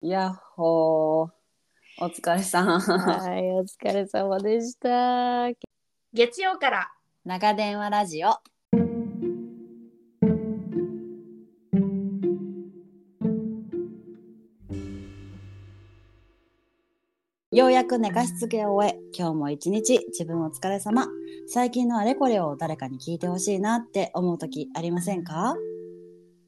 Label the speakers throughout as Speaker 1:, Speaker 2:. Speaker 1: やっほー。お疲れさん。
Speaker 2: はい、お疲れ様でした。
Speaker 3: 月曜から
Speaker 1: 長電話ラジオ。ようやく寝かしつけを終え、今日も一日自分お疲れ様。最近のあれこれを誰かに聞いてほしいなって思う時ありませんか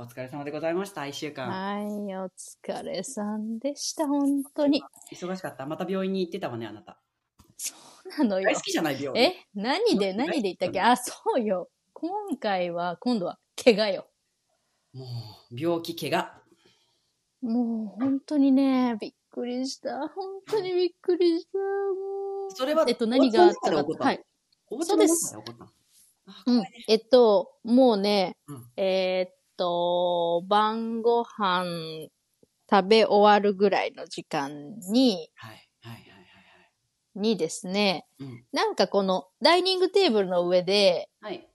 Speaker 4: お疲れ様でございました。一週間。
Speaker 2: はい、お疲れさんでした。本当に。
Speaker 4: 忙しかった。また病院に行ってたわね、あなた。
Speaker 2: なのよ
Speaker 4: 大。好きじゃない、病院。
Speaker 2: え、何で何で言ったっけあ、そうよ。今回は、今度は、怪我よ。
Speaker 4: もう、病気、怪我。
Speaker 2: もう、本当にね、びっくりした。本当にびっくりした。もう。
Speaker 4: それは
Speaker 2: えっと、何があったか
Speaker 4: お家の中で起こっ。たの
Speaker 2: はい。
Speaker 4: お家
Speaker 2: そ
Speaker 4: の
Speaker 2: うで
Speaker 4: 中
Speaker 2: す
Speaker 4: で起こったのあ
Speaker 2: うん。えっと、もうね、
Speaker 4: うん
Speaker 2: えーっと、晩ご飯食べ終わるぐらいの時間に、
Speaker 4: はい、はい、はい、
Speaker 2: にですね、
Speaker 4: はい。うん。
Speaker 2: なんかこのダイニングテーブルの上で、
Speaker 4: はい。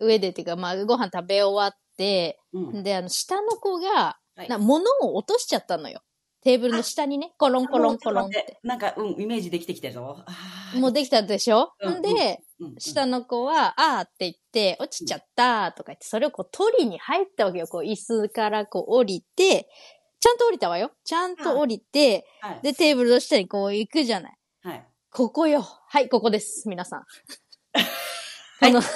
Speaker 2: 上でっていうか、まあ、ご飯食べ終わって、
Speaker 4: うん。
Speaker 2: で、あの、下の子が、
Speaker 4: はい
Speaker 2: な物を落としちゃったのよ。テーブルの下にね、コロンコロンコロンっ
Speaker 4: ちょと待
Speaker 2: て。
Speaker 4: て。なんか、うん、イメージできてきてるぞ。あー
Speaker 2: もうできたでしょ、
Speaker 4: うん
Speaker 2: んで、
Speaker 4: うんうん
Speaker 2: 下の子は、あーって言って、落ちちゃったとか言って、それをこう取りに入ったわけよ。こう椅子からこう降りて、ちゃんと降りたわよ。ちゃんと降りて、
Speaker 4: はい。
Speaker 2: で、テーブルの下にこう行くじゃない。
Speaker 4: はい。
Speaker 2: ここよ。はい、ここです。皆さん。
Speaker 4: は
Speaker 2: こ
Speaker 4: い
Speaker 2: の、
Speaker 4: は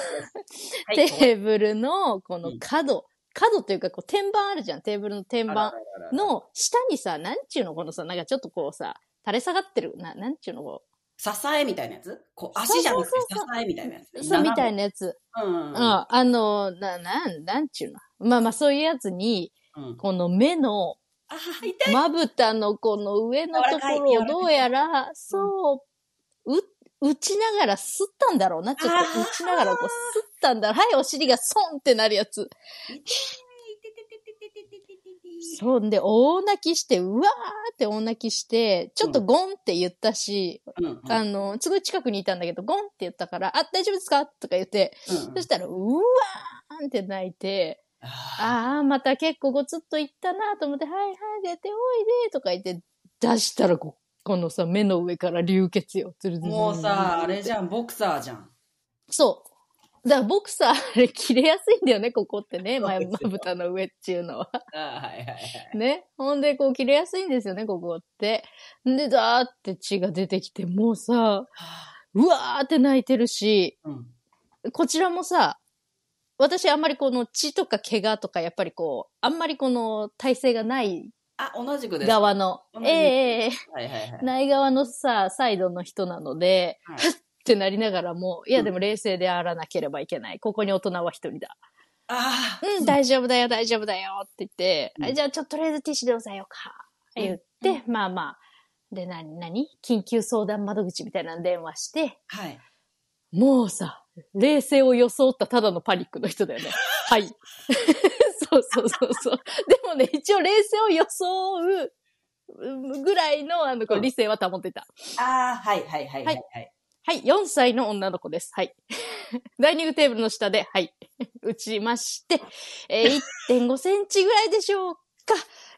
Speaker 4: い
Speaker 2: テーブルのこ
Speaker 4: う
Speaker 2: の
Speaker 4: ん
Speaker 2: 角、角というかこう天板あるじゃん。テーブルの天
Speaker 4: あらら
Speaker 2: 板
Speaker 4: らら
Speaker 2: の下にさ、なんちゅうのこのさ、なんかちょっとこうさ、垂れ下がってる、ななんちゅうのこ
Speaker 4: 支えみたいなやつこう、足じゃなくて
Speaker 2: そうそうそう
Speaker 4: 支えみたいなや
Speaker 2: う、
Speaker 4: つ。
Speaker 2: そうみたい
Speaker 4: な。
Speaker 2: なやつ。
Speaker 4: うん。
Speaker 2: うん、あの、な、なん、なんちゅうの。まあまあそういうやつに、
Speaker 4: うん。
Speaker 2: この目の、
Speaker 4: あー、痛い。
Speaker 2: まぶたのこの上のところをどうやら、そう、う、打ちながら吸ったんだろうな。ちょっ
Speaker 4: あ
Speaker 2: と
Speaker 4: ー
Speaker 2: 打ちながらこう吸ったんだろう。はい、お尻がソンってなるやつ。そんで、大泣きして、うわーって大泣きして、ちょっとゴンって言ったし、
Speaker 4: うんうん
Speaker 2: あの、すごい近くにいたんだけど、ゴンって言ったから、あ、大丈夫ですかとか言って、
Speaker 4: うん
Speaker 2: そしたら、うわーんって泣いて、
Speaker 4: あ
Speaker 2: あー、また結構ごつっといったなと思って、はいはい、出ておいで、とか言って、出したらこ、このさ、目の上から流血よ。つるつる
Speaker 4: ー
Speaker 2: つる
Speaker 4: もうさ、あれじゃん、ボクサーじゃん。
Speaker 2: そう。だからボクサー、 あれ、切れやすいんだよね、ここってね。
Speaker 4: そう
Speaker 2: 前、
Speaker 4: です
Speaker 2: ま
Speaker 4: よ
Speaker 2: ぶたの上っていうのは。
Speaker 4: あはいはいはい。
Speaker 2: ね。ほんで、こう、切れやすいんですよね、ここって。んで、だーって血が出てきて、もうさ、うわーって泣いてるし、
Speaker 4: うん。
Speaker 2: こちらもさ、私あんまりこの血とか怪我とか、やっぱりこう、あんまりこの体勢がない
Speaker 4: あ、同じくです。は
Speaker 2: 側の
Speaker 4: 同、じ
Speaker 2: えええええ
Speaker 4: いはいは
Speaker 2: え
Speaker 4: い。
Speaker 2: ない側のさ、サイドの人なので、
Speaker 4: はい
Speaker 2: ってなりながらも、いや
Speaker 4: うん
Speaker 2: でも冷静であらなければいけない。ここに大人は一人だ。
Speaker 4: あ
Speaker 2: うん、大丈夫だよ、大丈夫だよって言って、
Speaker 4: うん
Speaker 2: あじゃあちょっととりあえずティッシュで押さえようか。言って、まあまあ。で、なになに緊急相談窓口みたいなの電話して、
Speaker 4: あ、はい。
Speaker 2: もうさ、冷静を装ったただのパニックの人だよね。はい。 そうそうそうそう。でもね、一応冷静を装ううんぐらいの、あの、こう
Speaker 4: うん
Speaker 2: 理性は保ってた。
Speaker 4: ああ、はいはいはいはい。はい、
Speaker 2: はい、4歳の女の子です。はい。 ダイニングテーブルの下で、はい、 打ちまして、えー1.5センチぐらいでしょうか。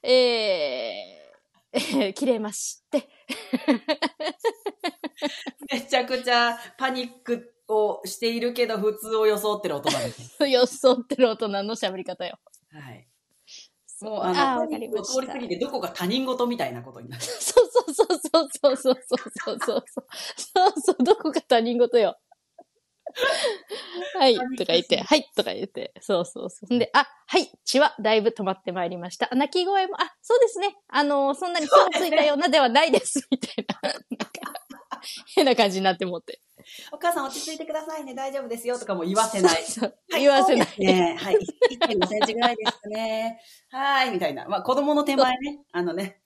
Speaker 2: え ー、えー切れまして。
Speaker 4: めちゃくちゃパニックをしているけど、普通を装ってる大人です。
Speaker 2: 装ってる大人の喋り方よ。
Speaker 4: はい。
Speaker 2: そう
Speaker 4: もう
Speaker 2: あ
Speaker 4: あ
Speaker 2: ー
Speaker 4: の、
Speaker 2: わ
Speaker 4: パ
Speaker 2: か
Speaker 4: ニ
Speaker 2: り
Speaker 4: ック
Speaker 2: ま
Speaker 4: を
Speaker 2: し
Speaker 4: 通り
Speaker 2: た
Speaker 4: 過ぎて、どこか他人事みたいなことになる。
Speaker 2: そうそうそうそうそうそうそうそうそう。そうそう、どこか他人事よ。はい、とか言って、はい、とか言って、そうそうそう。んで、あ、はい、血はだいぶ止まってまいりました。あ泣き声も、あ、そうですね。あの、そんなに火をついたようなではないです、みたいな。なんか変な感じになってもって。
Speaker 4: お母さん落ち着いてくださいね、大丈夫ですよとかも言わせ ない。
Speaker 2: そう
Speaker 4: はい
Speaker 2: 言わせない
Speaker 4: そう。ですね。はい。1.5センチぐらいですかね。はい、みたいな。まあ、子供の手前ね、あのね。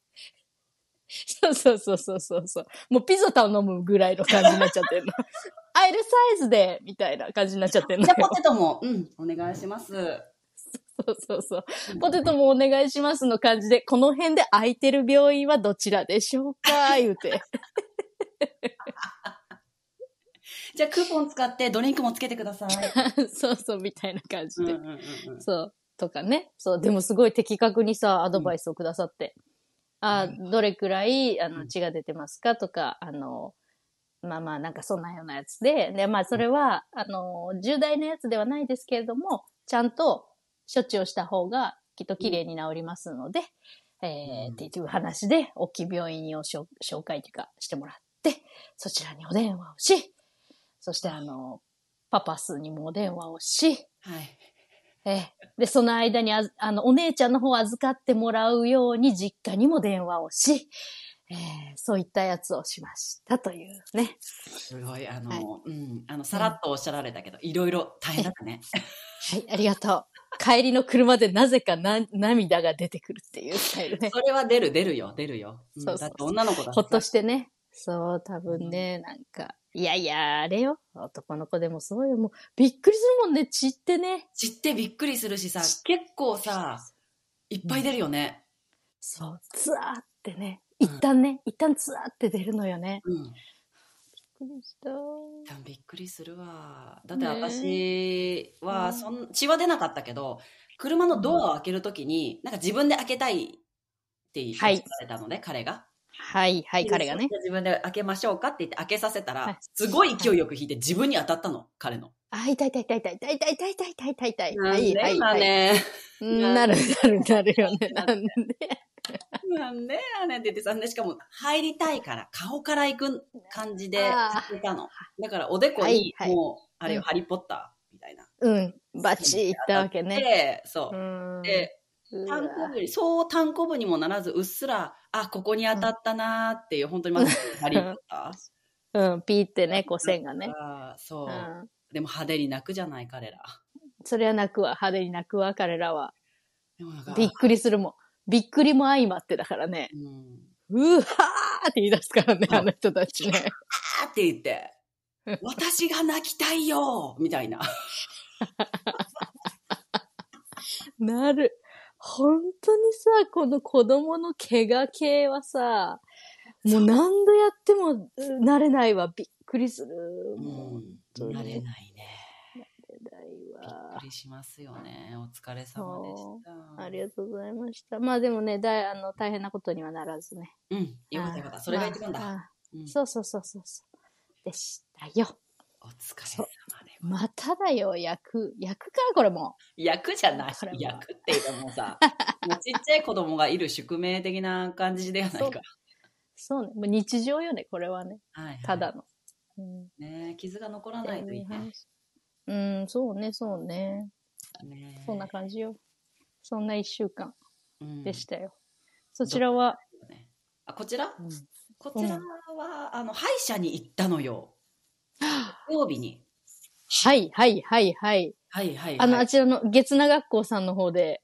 Speaker 2: そうそうそうそうそうそう。もうピゾタを飲むぐらいの感じになっちゃってるの。アイルサイズで、みたいな感じになっちゃってるの
Speaker 4: じゃ
Speaker 2: よ。
Speaker 4: あポテトも、うん、お願いします。
Speaker 2: そうそうそう。ポテトもお願いしますの感じで、この辺で空いてる病院はどちらでしょうか言うて。
Speaker 4: じゃあクーポン使ってドリンクもつけてください。
Speaker 2: そうそう、みたいな感じ
Speaker 4: うんう
Speaker 2: で。
Speaker 4: んうんうん
Speaker 2: そう。とかね。そう。でもすごい的確にさ、アドバイスをくださって。あーどれくらい、あ
Speaker 4: う
Speaker 2: の、
Speaker 4: ん
Speaker 2: 血が出てますかとか、あの、まあまあ、なんかそんなようなやつで、で、まあそれは、あの、重大なやつではないですけれども、ちゃんと処置をした方がきっと綺麗に治りますので、え
Speaker 4: うん
Speaker 2: ー、っていう話で、大きい病院をしょ紹介というかしてもらって、そちらにお電話をし、そしてあの、パパスにもお電話をし、
Speaker 4: はい。
Speaker 2: ええ。で、その間にあず、あの、お姉ちゃんの方を預かってもらうように実家にも電話をし、ええそういったやつをしましたというね。
Speaker 4: すごい、あの、
Speaker 2: はい
Speaker 4: うん、あの、さらっとおっしゃられたけど、いろいろ大変だったね。
Speaker 2: はい、ありがとう。帰りの車でなぜかな、涙が出てくるっていうスタイルね。
Speaker 4: それは出る、出るよ、出るよ。うん
Speaker 2: そうそうそう
Speaker 4: だって女の子だ。
Speaker 2: ほっとしててね。そう、多分ね、なんか、いやいや、あれよ。男の子でもそうよ。もう、びっくりするもんね、血ってね。
Speaker 4: 知ってびっくりするしさ、結構さ、いっぱい出るよね。
Speaker 2: そう、ツアーってね。一旦ね、一旦ツアーって出るのよね。
Speaker 4: うん。
Speaker 2: びっくりした。
Speaker 4: 多分びっくりするわ。だって
Speaker 2: ね
Speaker 4: 私
Speaker 2: う
Speaker 4: は、
Speaker 2: ん
Speaker 4: そん、血は出なかったけど、車のドアを開けるときに、なんか自分で開けたいって言って
Speaker 2: はい
Speaker 4: れたのね、彼が。
Speaker 2: はい、はい、彼がね。
Speaker 4: 自分で開けましょうかって言って開けさせたら、
Speaker 2: はい
Speaker 4: すごい勢いよく引いて自分に当たったの、彼の。
Speaker 2: あ、痛い痛い痛い痛い痛い痛い痛い痛い痛い痛い痛い。
Speaker 4: なん
Speaker 2: は
Speaker 4: で
Speaker 2: いはい
Speaker 4: 今
Speaker 2: はい。
Speaker 4: ね。
Speaker 2: うん
Speaker 4: な
Speaker 2: なるなるなるよね。なんで。
Speaker 4: なんでやねんって言ってさ、でしかも入りたいから顔から行く感じで
Speaker 2: あー
Speaker 4: 行ったの。だからおでこ
Speaker 2: はい
Speaker 4: に
Speaker 2: はい
Speaker 4: もう、あれよ、
Speaker 2: うん
Speaker 4: ハリーポッターみたいな。
Speaker 2: うん。バチいったわけね。
Speaker 4: で、そうう。
Speaker 2: ん。
Speaker 4: で、
Speaker 2: うわ
Speaker 4: 単行部に、そう単行部にもならず、うっすら、あ、ここに当たったなーっていう、本当にまずハリーポッタ
Speaker 2: うん。ピーってね、こう線が
Speaker 4: ー
Speaker 2: ね。
Speaker 4: あーそ
Speaker 2: ん。
Speaker 4: うう。でも派手に泣くじゃない、彼ら。
Speaker 2: それは泣くわ。派手に泣くわ、彼らは。
Speaker 4: でもなんか、
Speaker 2: びっくりするもん。びっくりも相まってだからね。
Speaker 4: うん。
Speaker 2: うわーって言い出すからね、
Speaker 4: うん
Speaker 2: あの人たちね。
Speaker 4: あーって 言って、私が泣きたいよーみたいな。
Speaker 2: なる。本当にさ、この子供の怪我系はさ、もう何度やってもうん慣れないわ。びっくりする。
Speaker 4: う
Speaker 2: もう、
Speaker 4: ん。
Speaker 2: 当に
Speaker 4: 慣れないね。
Speaker 2: だい
Speaker 4: びっ
Speaker 2: わ
Speaker 4: く。りしますよね。お疲れ様でした。
Speaker 2: ありがとうございました。まあでもね、だいあの大変なことにはならずね。
Speaker 4: うん。よかったよかった。それが一番
Speaker 2: まあ
Speaker 4: だ。
Speaker 2: あ
Speaker 4: うん
Speaker 2: そうそうそうそうそう。でしたよ。
Speaker 4: お疲れ様で。
Speaker 2: まただよ、焼く。焼くから、これも。
Speaker 4: 役じゃない
Speaker 2: それ。は
Speaker 4: 役っていうかもう さ、もうちっちゃい子供がいる宿命的な感じではない
Speaker 2: そ
Speaker 4: か。
Speaker 2: そうね。もう日常よね、これはね。
Speaker 4: はいはい
Speaker 2: ただの。うん。
Speaker 4: ね傷が残らないといいね。
Speaker 2: うん、そうね、そうね。
Speaker 4: ね
Speaker 2: そんな感じよ。そんな一週間
Speaker 4: うん
Speaker 2: でしたよ。そちらは、
Speaker 4: ねあ、こちら
Speaker 2: うん
Speaker 4: こちらは、あの、歯医者に行ったの よ。土曜日に。
Speaker 2: はい、はい、はい、はい。
Speaker 4: はいはい
Speaker 2: あの、
Speaker 4: は
Speaker 2: あ
Speaker 4: い。
Speaker 2: ちらの月名学校さんの方で、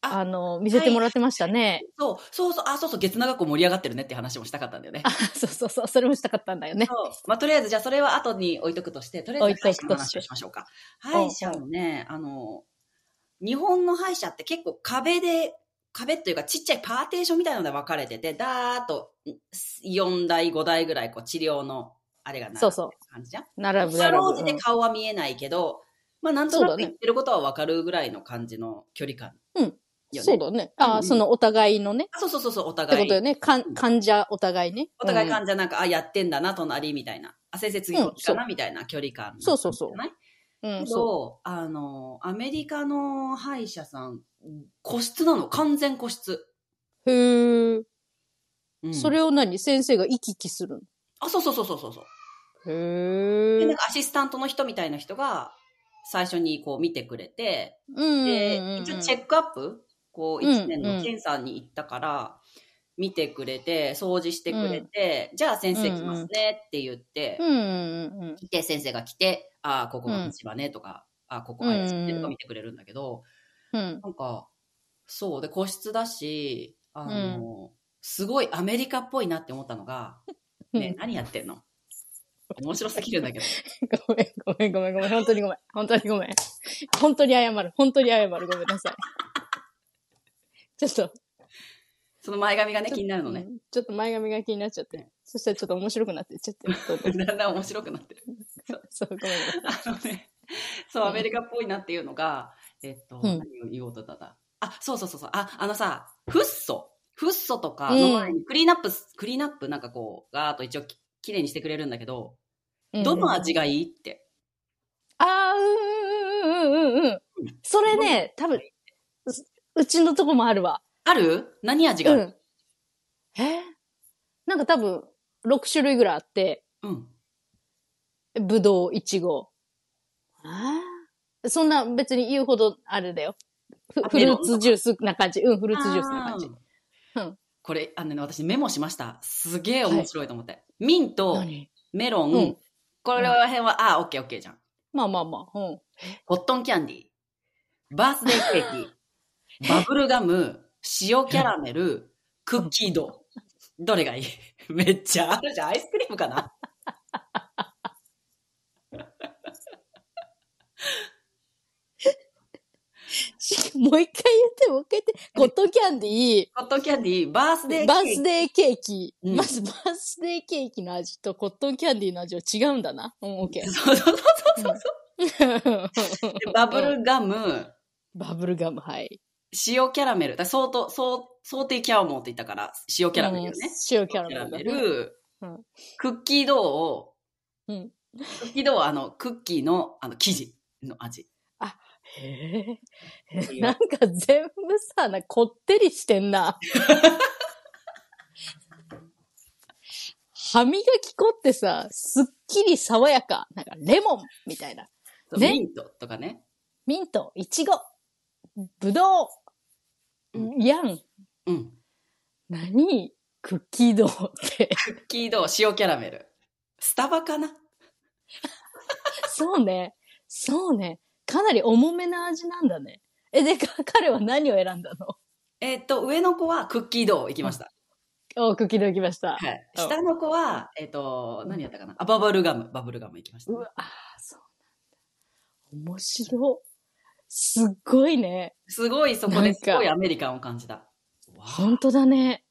Speaker 4: あ
Speaker 2: あの、見せてもらってましたね。
Speaker 4: そう、そうそう、あ、そうそう、月長校盛り上がってるねって話もしたかったんだよね
Speaker 2: あ。、 そうそうそう、それもしたかったんだよね。
Speaker 4: そう。まあ、とりあえず、じゃあ、それは後に置いとくとして、とりあえず、
Speaker 2: 置
Speaker 4: 歯医
Speaker 2: いと
Speaker 4: 者
Speaker 2: く
Speaker 4: の
Speaker 2: とし
Speaker 4: 話
Speaker 2: て
Speaker 4: をしましょうか。歯医者もね、あの、日本の歯医者って結構壁で、壁というかちっちゃいパーテーションみたいなので分かれてて、だーっと4台、5台ぐらい、こう、治療の、あれがな
Speaker 2: そうそう
Speaker 4: 感じじゃん。
Speaker 2: 並ぶ、
Speaker 4: か
Speaker 2: 並
Speaker 4: ろ
Speaker 2: ぶ
Speaker 4: うじ。て
Speaker 2: うん
Speaker 4: 顔は見えないけど、まあ、なんとな
Speaker 2: そうだ
Speaker 4: く
Speaker 2: ね
Speaker 4: 言ってることは分かるぐらいの感じの距離感。
Speaker 2: うん
Speaker 4: よね
Speaker 2: そうだね。あ
Speaker 4: うんう
Speaker 2: あ、
Speaker 4: ん
Speaker 2: そのお互いのね。
Speaker 4: あそうそうそうそう、お
Speaker 2: って
Speaker 4: 互
Speaker 2: こ
Speaker 4: い
Speaker 2: と。よね。かん患者お互いね。
Speaker 4: お互い
Speaker 2: うん
Speaker 4: 患者なんか、あ、やってんだな、隣、みたいな。あ、先生次
Speaker 2: うん
Speaker 4: こっちかな、みたいな距離感。
Speaker 2: そうそうそう
Speaker 4: じゃない
Speaker 2: うん、
Speaker 4: け
Speaker 2: そ
Speaker 4: ど、あの、アメリカの歯医者さん、個室なの完全個室。
Speaker 2: う。へえ。
Speaker 4: うん
Speaker 2: それを何先生が行き来する
Speaker 4: あ、そうそうそうそうそうそう。
Speaker 2: の。
Speaker 4: で
Speaker 2: へ
Speaker 4: な
Speaker 2: え
Speaker 4: ん。かアシスタントの人みたいな人が、最初にこう見てくれて、
Speaker 2: うん
Speaker 4: で、
Speaker 2: うんうん
Speaker 4: 一応チェックアップ、こ
Speaker 2: う
Speaker 4: う
Speaker 2: ん
Speaker 4: 1年の検査に行ったから、見てくれて、掃除してくれて、じゃあ先生来ますねって言って、
Speaker 2: うんうんうんうん。
Speaker 4: 来て、先生が来て、ああ、ここが虫歯ねとか、ああ、ここ怪しいねとか見てくれるんだけど、
Speaker 2: うん。
Speaker 4: なんか、そうで、個室だし、あの、すごいアメリカっぽいなって思ったのが、ね、何やってんの面白すぎるんだけど。
Speaker 2: ごめん、ごめん、ごめん、ごめん。本当にごめん。本当にごめん。本当に謝る。本当に謝る。ごめんなさい。ちょっと。
Speaker 4: その前髪がね、気になるのね。
Speaker 2: うん。ちょっと前髪が気になっちゃって。そしたらちょっと面白くなって、ちょっと。どう ぞ
Speaker 4: だんだん面白くなってる。
Speaker 2: そう、ごめんごめん。
Speaker 4: あのね、そう、
Speaker 2: うん
Speaker 4: アメリカっぽいなっていうのが、えっと、
Speaker 2: うん
Speaker 4: 何を言おうとだだ。あ、そうそうそうそう。あ、あのさ、フッ素。フッ素とか
Speaker 2: う
Speaker 4: の
Speaker 2: ん
Speaker 4: 前に、クリーンアップ、クリーンアップなんかこう、ガーッと一応ききれいにしてくれるんだけど、どの味がいいって。
Speaker 2: あー、うんうんうんうんうん。それね、多分、ううちのとこもあるわ。
Speaker 4: ある何味が
Speaker 2: う
Speaker 4: ある
Speaker 2: ん。えなんか多分、6種類ぐらいあって、
Speaker 4: うん。
Speaker 2: ぶどう、いちご。そんな別に言うほどあれだよ。ふ
Speaker 4: あ
Speaker 2: フルーツジュースな感じ。うん、フルーツジュースな感じ。
Speaker 4: あー
Speaker 2: うん
Speaker 4: これ、あのね、私メモしました。すげえ面白いと思って。ミント、メロン、
Speaker 2: うん
Speaker 4: これら辺は、ああ、オッケーオッケーじゃん。
Speaker 2: まあまあまあ。うん。
Speaker 4: コットンキャンディー、バースデーケー キ、バブルガム、塩キャラメル、クッキード。どれがい いめっちゃあるじゃん。アイスクリームかな
Speaker 2: しもう一回言って、もう一回言って。コットンキャンディ
Speaker 4: コットンキャンディー、バースデー
Speaker 2: ー、
Speaker 4: ケ
Speaker 2: バー
Speaker 4: ー
Speaker 2: ス
Speaker 4: キ。
Speaker 2: デーケーキ。
Speaker 4: うん
Speaker 2: まずバースデーケーキの味とコットンキャンディーの味は違うんだな。うん、オッ ケ
Speaker 4: そうそうそうそうそ
Speaker 2: ー。
Speaker 4: う。バブルガム、
Speaker 2: バブルガム、はい。
Speaker 4: 塩キャラメル。だ相当、そう、想定キャオモーって言ったから、塩キャラメルね。
Speaker 2: うん塩キャ
Speaker 4: キャ
Speaker 2: ラ
Speaker 4: ラ
Speaker 2: メ
Speaker 4: メ
Speaker 2: ル。
Speaker 4: ル
Speaker 2: うん、
Speaker 4: クッキードを、
Speaker 2: うん
Speaker 4: クッキードはあの、クッキーの、あの、生地の味。
Speaker 2: へえ。なんか全部さ、なこってりしてんな。歯磨き粉ってさ、すっきり爽やか。なんかレモンみたいな。
Speaker 4: そう
Speaker 2: ね
Speaker 4: ミントとかね。
Speaker 2: ミント、イチゴ、ぶどう、ヤン、
Speaker 4: うん。
Speaker 2: 何クッキードーって。
Speaker 4: クッキードー、塩キャラメル。スタバかな
Speaker 2: そうね。そうね。かなり重めな味なんだね。え、で、か彼は何を選んだの
Speaker 4: えっと、上の子はクッキードー行きました。
Speaker 2: お、クッキードー来ました。
Speaker 4: はい。
Speaker 2: うん
Speaker 4: 下の子は、えっと、何やったかなあ、バブルガム。バブルガム行きました
Speaker 2: う。わ、あーそうなんだ。面白い。すっごいね。
Speaker 4: すごい、そこ
Speaker 2: な
Speaker 4: で
Speaker 2: んか
Speaker 4: すごいアメリカンを感じた。わあ
Speaker 2: 本当だね。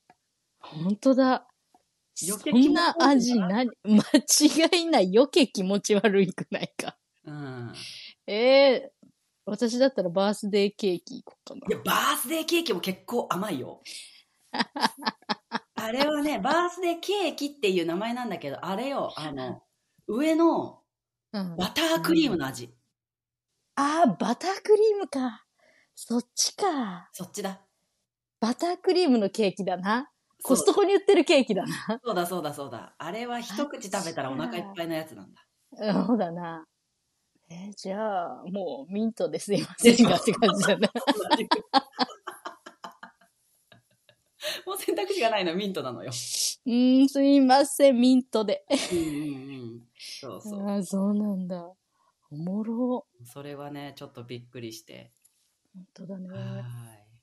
Speaker 2: 本当だ。そ
Speaker 4: 余計気持ち悪い
Speaker 2: んな味な、間違いない。よけ気持ち悪いくないか。
Speaker 4: うん。
Speaker 2: ええ私だったらバースデーケーキ行こうか
Speaker 4: い
Speaker 2: な。
Speaker 4: や、バースデーケーキも結構甘 いよ。あれはね、バースデーケーキっていう名前なんだけど、あれよ、あの、上の
Speaker 2: うん、
Speaker 4: バタークリームの味。
Speaker 2: あー、バタークリームか。そっちか。
Speaker 4: そっちだ。
Speaker 2: バタークリームのケーキだな。コス
Speaker 4: そ
Speaker 2: ト
Speaker 4: う
Speaker 2: コに売ってるケーキだな。
Speaker 4: そうだ、そうだ、そうだ。あれは一口食べたらお腹いっぱいのやつなんだ。
Speaker 2: うんそうだな。えーじゃあ、もうミントですいませんがって感じだな。
Speaker 4: もう選択肢がないのミントなの
Speaker 2: う
Speaker 4: よ。
Speaker 2: ーん、すいません、ミントで。
Speaker 4: うんうんうん。そうそう。
Speaker 2: ああ、そうなんだ。おもろ。
Speaker 4: それはね、ちょっとびっくりして。
Speaker 2: 本当だね。
Speaker 4: はーい。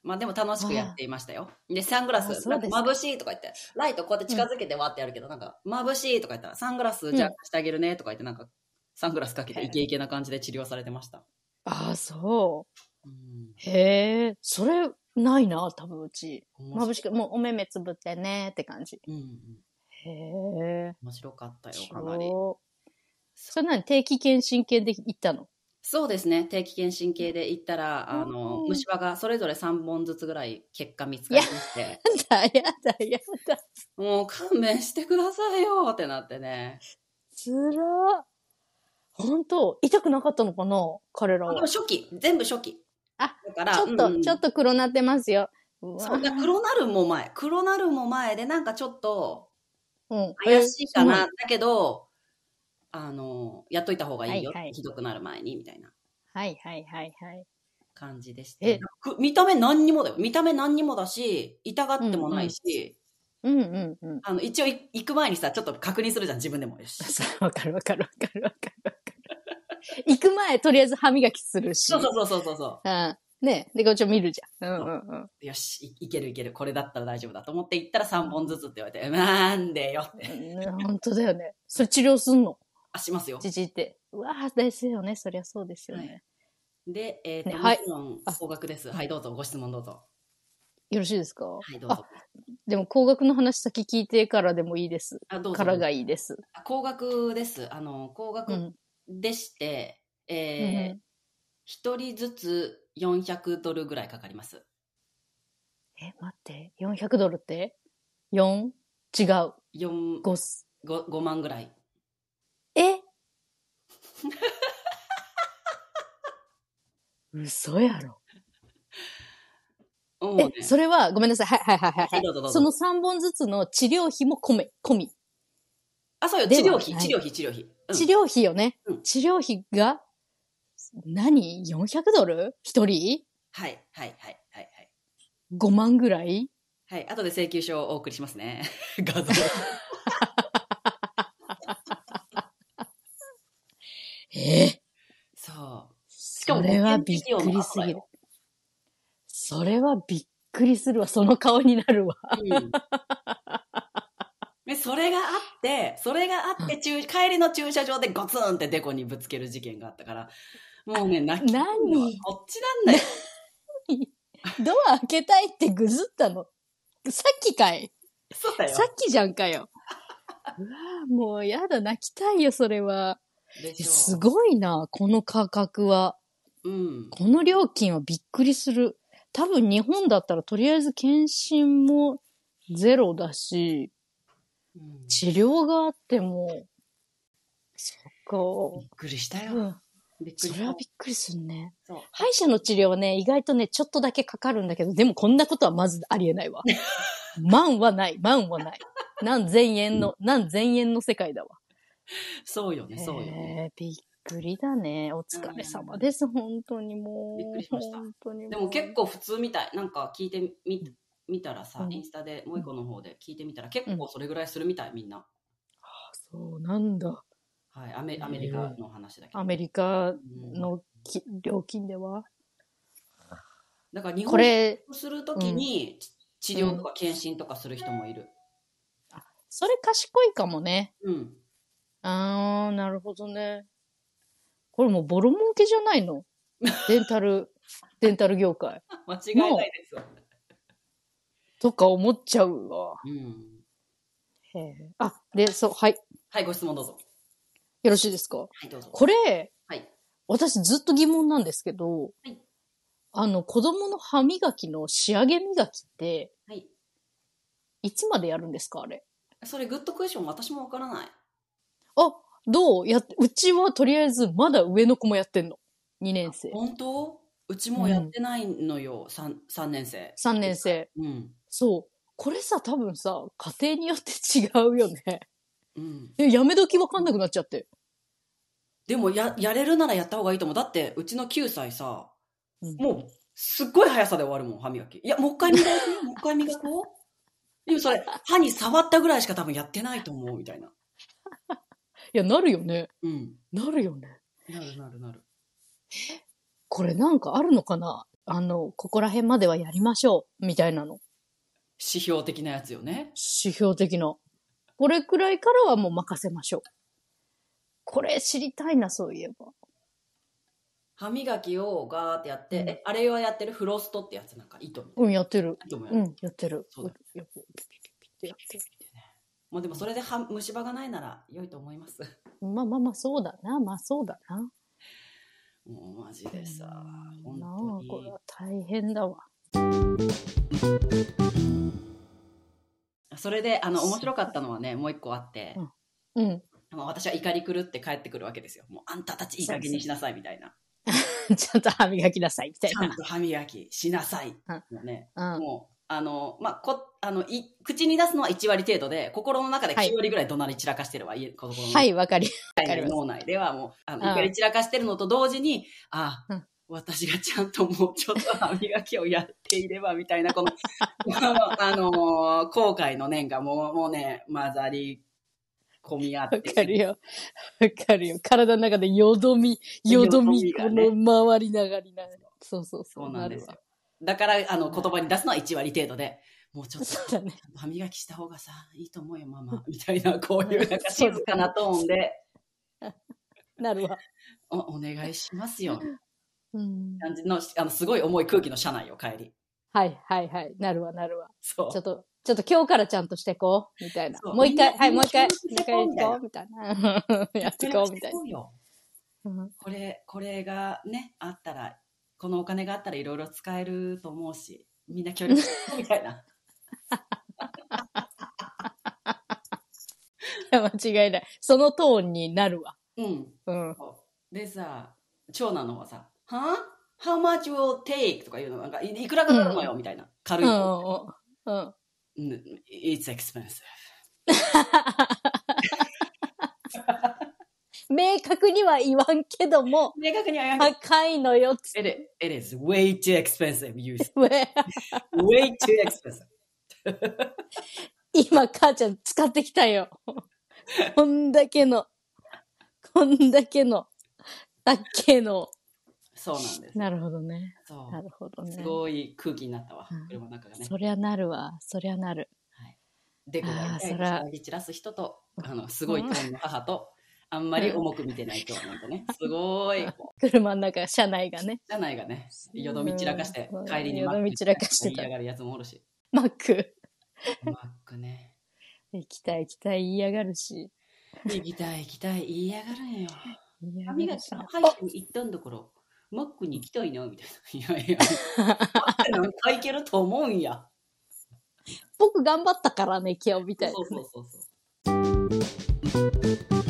Speaker 4: まあでも楽しくやっていましたよ。で、サングラ
Speaker 2: あ
Speaker 4: ス、
Speaker 2: そうですか
Speaker 4: なんか眩しいとか言って、ライトこうやって近づけてわーってやるけど、なんか、眩しいとか言ったら、サングラスじゃあ貸してあげるねとか言って、なんか、サングラスかけてイケイケな感じで治療されてました。
Speaker 2: ああ、そう。
Speaker 4: うん。
Speaker 2: へえ、それ、ないな、多分うち。眩
Speaker 4: 面白
Speaker 2: しく、もうお目目つぶってねって感じ。
Speaker 4: うんうん。
Speaker 2: へえ。
Speaker 4: 面白かったよ、かなり。
Speaker 2: そう。それなに定期検診系で行ったの
Speaker 4: そうですね。定期検診系で行ったら、あの
Speaker 2: う、ん
Speaker 4: 虫歯がそれぞれ3本ずつぐらい結果見つかりまし て、
Speaker 2: やだ、やだ、やだ。
Speaker 4: もう勘弁してくださいよってなってね。
Speaker 2: つら。本当痛くなかったのかな彼ら
Speaker 4: でも
Speaker 2: は。
Speaker 4: 初期、全部初期。
Speaker 2: あ、
Speaker 4: だから、
Speaker 2: ちょっと、
Speaker 4: うんうん
Speaker 2: ちょっと黒なってますよ。うわ
Speaker 4: そうだ黒なるも前。黒なるも前で、なんかちょっと
Speaker 2: うん
Speaker 4: 怪しいかな。
Speaker 2: えー
Speaker 4: だけど、あの、やっといた方がいいよ。
Speaker 2: はいはい
Speaker 4: ひどくなる前に、みたいな
Speaker 2: はいはいはいはい。
Speaker 4: 感じでし
Speaker 2: え
Speaker 4: て。く見た目何にもだよ。見た目何にもだし、痛がってもないし、
Speaker 2: うんうんうん。
Speaker 4: あの、一応い行く前にさ、ちょっと確認するじゃん、自分でも。よし。
Speaker 2: そう わかるわかるわかるわかるわかる。行く前、とりあえず歯磨きするし。
Speaker 4: そうそうそうそうそ
Speaker 2: う
Speaker 4: う。
Speaker 2: ん。ねで、こっちを見るじゃん。うんうん うん。
Speaker 4: よし、いいけるいける、これだったら大丈夫だと思って行ったら3本ずつって言われて、なんでよって。
Speaker 2: ね本当だよね。それ治療すんの。
Speaker 4: あ、しますよ。
Speaker 2: じじいって。うわぁ、ですよね。そりゃそうですよね。
Speaker 4: で、えっ、と、
Speaker 2: ねはい
Speaker 4: もちろん、
Speaker 2: あ
Speaker 4: 高額です。はい、どうぞ、ご質問どうぞ。
Speaker 2: よろしいですか
Speaker 4: はい、どうぞ。
Speaker 2: でも、高額の話先聞いてからでもいいです。
Speaker 4: あ、どうぞ。
Speaker 2: からがいいです。
Speaker 4: あ高額です。あの、高
Speaker 2: う
Speaker 4: 額
Speaker 2: ん。
Speaker 4: でして、
Speaker 2: う
Speaker 4: えー
Speaker 2: ん
Speaker 4: 一人ずつ400ドルぐらいかかります。
Speaker 2: え、待って。400ドルって4違う。
Speaker 4: 4、
Speaker 2: 5す。
Speaker 4: ご5万ぐらい。
Speaker 2: え嘘やろ。
Speaker 4: うん
Speaker 2: え、それは、ごめんなさい。はいはいはいはい
Speaker 4: は
Speaker 2: はい
Speaker 4: どうぞどう
Speaker 2: い。
Speaker 4: ぞ
Speaker 2: その3本ずつの治療費も込め、込み。
Speaker 4: あ、そうよ、
Speaker 2: で
Speaker 4: 治
Speaker 2: は
Speaker 4: 療費、
Speaker 2: ない
Speaker 4: 治療費、治療費。うん
Speaker 2: 治療費よね。
Speaker 4: うん
Speaker 2: 治療費が、何 ?400 ドル一人
Speaker 4: はい、はい、はい、はい。はい
Speaker 2: ?5 万ぐらい
Speaker 4: はい、後で請求書をお送りします ね。画像。
Speaker 2: ええ
Speaker 4: そう。
Speaker 2: それはびっくりすぎる。それはびっくりするわ。その顔になるわ。
Speaker 4: うんでそれがあって、それがあって、駐帰りの駐車場でゴツンってデコにぶつける事件があったから、もうね、泣き込むのは
Speaker 2: 何
Speaker 4: こっちなんだよ。
Speaker 2: ドア開けたいってぐずったの。さっきかい
Speaker 4: そうだよ
Speaker 2: さ。っきじゃんかよ。うわぁもうやだ、泣きたいよ、それは。
Speaker 4: でしょう
Speaker 2: すごいな、この価格は。
Speaker 4: うん。
Speaker 2: この料金はびっくりする。多分日本だったらとりあえず検診もゼロだし、
Speaker 4: うんびっ
Speaker 2: 治療があっても、そっ
Speaker 4: くりした
Speaker 2: か。
Speaker 4: よ。
Speaker 2: うん。
Speaker 4: びっくり
Speaker 2: そ
Speaker 4: し
Speaker 2: れ
Speaker 4: た
Speaker 2: は。びっくりするね。
Speaker 4: そう
Speaker 2: 歯医者の治療はね、意外とね、ちょっとだけかかるんだけど、でもこんなことはまずありえ ないわ。万はない、万はない。何千円の、何千円の世界だわ。
Speaker 4: そうよね、そうよね。
Speaker 2: へえびっくりだね。お疲れ様です、本当にもう。
Speaker 4: びっくりしました
Speaker 2: 本当にう
Speaker 4: でも結構普通みたい。なんか聞いてみ見たらさ、
Speaker 2: うん
Speaker 4: インスタでもう一個の方で聞いてみたら、結構それぐらいするみたい、みんな。
Speaker 2: そうなんだ。
Speaker 4: はい、アメアメリカの話だけど。
Speaker 2: アメリカ
Speaker 4: うん
Speaker 2: のき料金では。
Speaker 4: だから日
Speaker 2: こ
Speaker 4: 本
Speaker 2: れ、
Speaker 4: するときに、ち治療とか検診とかする人もいる。
Speaker 2: それ賢いかもね。
Speaker 4: うん。
Speaker 2: あー、なるほどね。これもうボロ儲けじゃないのデンタ ル、デンタル業界。
Speaker 4: 間違いないですよ。
Speaker 2: とか思っちゃうわ。
Speaker 4: うん。
Speaker 2: へえあ、で、そう、はい。
Speaker 4: はい、ご質問どうぞ。
Speaker 2: よろしいですか
Speaker 4: はい、どうぞ。
Speaker 2: これ、
Speaker 4: はい。
Speaker 2: 私ずっと疑問なんですけど、
Speaker 4: はい
Speaker 2: あの、子供の歯磨きの仕上げ磨きって、
Speaker 4: はい。
Speaker 2: いつまでやるんですかあれ。
Speaker 4: それ、グッドクエスチョン、私もわからない。
Speaker 2: あ、どうやっうちはとりあえずまだ上の子もやってんの。2年生。
Speaker 4: 本当うちもうやってないのよ、三三年生。
Speaker 2: 3年生。
Speaker 4: うん。
Speaker 2: そう。これさ、多分さ、家庭によって違うよね。
Speaker 4: うん。
Speaker 2: えやめ時わかんなくなっちゃって。
Speaker 4: でもや、やれるならやった方がいいと思う。だって、うちの9歳さ、
Speaker 2: うん
Speaker 4: もう、すっごい速さで終わるもん、歯磨き。いや、もう一回磨 こう、もう一回磨こう。でもそれ、歯に触ったぐらいしか多分やってないと思う、みたいな。
Speaker 2: いや、なるよね。
Speaker 4: うん。
Speaker 2: なるよね。
Speaker 4: なるなるなる。
Speaker 2: これなんかあるのかなあの、ここら辺まではやりましょう。みたいなの。
Speaker 4: 指標的なやつよね。
Speaker 2: 指標的な。これくらいからはもう任せましょう。これ知りたいな、そういえば。
Speaker 4: 歯磨きをガーってやって、
Speaker 2: うん
Speaker 4: えあれはやってるフロストってやつなんか糸みたい
Speaker 2: うん、やってる。
Speaker 4: な。糸もやる。
Speaker 2: うん、やってる。
Speaker 4: そうだ
Speaker 2: やピピピピってやってる
Speaker 4: もうでもそれで歯虫歯がないなら良いと思います。
Speaker 2: まあまあまあ、そうだな。まあそうだな。
Speaker 4: もうマジでさ
Speaker 2: う、ん
Speaker 4: 本
Speaker 2: な
Speaker 4: 当
Speaker 2: あ
Speaker 4: に。
Speaker 2: これは大変だわ。
Speaker 4: それで、あの、面白かったのはね、もう一個あって、
Speaker 2: うん。
Speaker 4: まあ私は怒り狂って帰ってくるわけですよ。もうあんたたちいい加減にしなさいみた いな。
Speaker 2: ちゃんと歯磨きなさい、みたい
Speaker 4: ちゃんと歯磨きしなさい。もうね、
Speaker 2: な。うん。
Speaker 4: もう、あの、まあ、こ、あの、い、口に出すのは1割程度で、心の中で9割ぐらい怒鳴り散らかしてるわ、家、心の中で
Speaker 2: はい、わかり。かります
Speaker 4: 脳内ではもう、あの、
Speaker 2: うん
Speaker 4: 怒り散らかしてるのと同時に、あ
Speaker 2: うん
Speaker 4: 私がちゃんともうちょっと歯磨きをやっていれば、みたいな、この、あのー後悔の念がもう、もうね、混ざり込み合っ
Speaker 2: わ
Speaker 4: て。
Speaker 2: かるよ。わかるよ。体の中でよどみ、よどみ、
Speaker 4: よ
Speaker 2: こ
Speaker 4: どみがね
Speaker 2: の回りながりながら。そうそうそう。
Speaker 4: そうなんですよ
Speaker 2: るわ。
Speaker 4: だから、あの、言葉に出すのは1割程度で、もうちょっと
Speaker 2: そ、うだね。
Speaker 4: 歯磨きした方がさ、いいと思うよ、ママ。みたいな、こういう、な んか静かなトーンで、
Speaker 2: なるわ。
Speaker 4: お、お願いしますよ。
Speaker 2: うん。
Speaker 4: 感じの、あの、すごい重い空気の車内を帰り。
Speaker 2: はいはいはい。なるわなるわ。
Speaker 4: そう。
Speaker 2: ちょっと、ちょっと今日からちゃんとしてこう。みたいな
Speaker 4: そ。う
Speaker 2: もう一回、
Speaker 4: みんな
Speaker 2: はい、もう一回、もう
Speaker 4: みん
Speaker 2: 一
Speaker 4: な
Speaker 2: 回行こう。みたいな。 やってこう。みたい な。
Speaker 4: な。
Speaker 2: うん
Speaker 4: これ、これがね、あったら、このお金があったらいろいろ使えると思うし、みんな協力してみたいな。
Speaker 2: いや、間違いない。そのトーンになるわ。
Speaker 4: うん。
Speaker 2: うん。
Speaker 4: そうでさ、長男のはさ、はぁ ?How much will take? とか言うの、なんか、いいくらかかるのよ、みたいな。
Speaker 2: う
Speaker 4: 軽い。
Speaker 2: ん。
Speaker 4: うん
Speaker 2: うん。
Speaker 4: It's expensive.
Speaker 2: 明確には言わんけども、
Speaker 4: 明確にあやんけど
Speaker 2: 高いのよ、つっ
Speaker 4: It,
Speaker 2: て。
Speaker 4: i- it is way too expensive, you. s-
Speaker 2: うえ
Speaker 4: Way too expensive.
Speaker 2: 今、母ちゃん使ってきたよ。 こんだけの、こんだけの、だっけの。
Speaker 4: そうなんです。
Speaker 2: なるほどね。
Speaker 4: そ
Speaker 2: なるほど
Speaker 4: う。
Speaker 2: ね。
Speaker 4: すごい空気になったわ
Speaker 2: うん、
Speaker 4: 車の中がね
Speaker 2: そ。りゃなるわ。そりゃなる。
Speaker 4: でこが
Speaker 2: あー
Speaker 4: 痛い
Speaker 2: そ
Speaker 4: と
Speaker 2: ら
Speaker 4: 騒ぎ散らす人と、あの、すごい顔の母と、あんまり重く見てない今日な んてね。すごい、こう
Speaker 2: 車の中、車内がね。
Speaker 4: じゃないがね、よどみ散らかして
Speaker 2: うん、
Speaker 4: 帰りに
Speaker 2: よどみ散らかしてた
Speaker 4: 言いやがるやつもおるし。
Speaker 2: マック。
Speaker 4: マックね。
Speaker 2: 行きたい、行きたい、言いやがるし。
Speaker 4: 行きたい行きたい、言いやがるんよ。
Speaker 2: 言いや
Speaker 4: 歯
Speaker 2: が
Speaker 4: 磨
Speaker 2: る
Speaker 4: き
Speaker 2: し
Speaker 4: の歯医者に行ったんだから、マックに行きたいな、みたいな。いやいや、マックなんか行けると思うんや。
Speaker 2: 僕頑張ったからね、今日、みたいな
Speaker 4: そう。そうそうそう。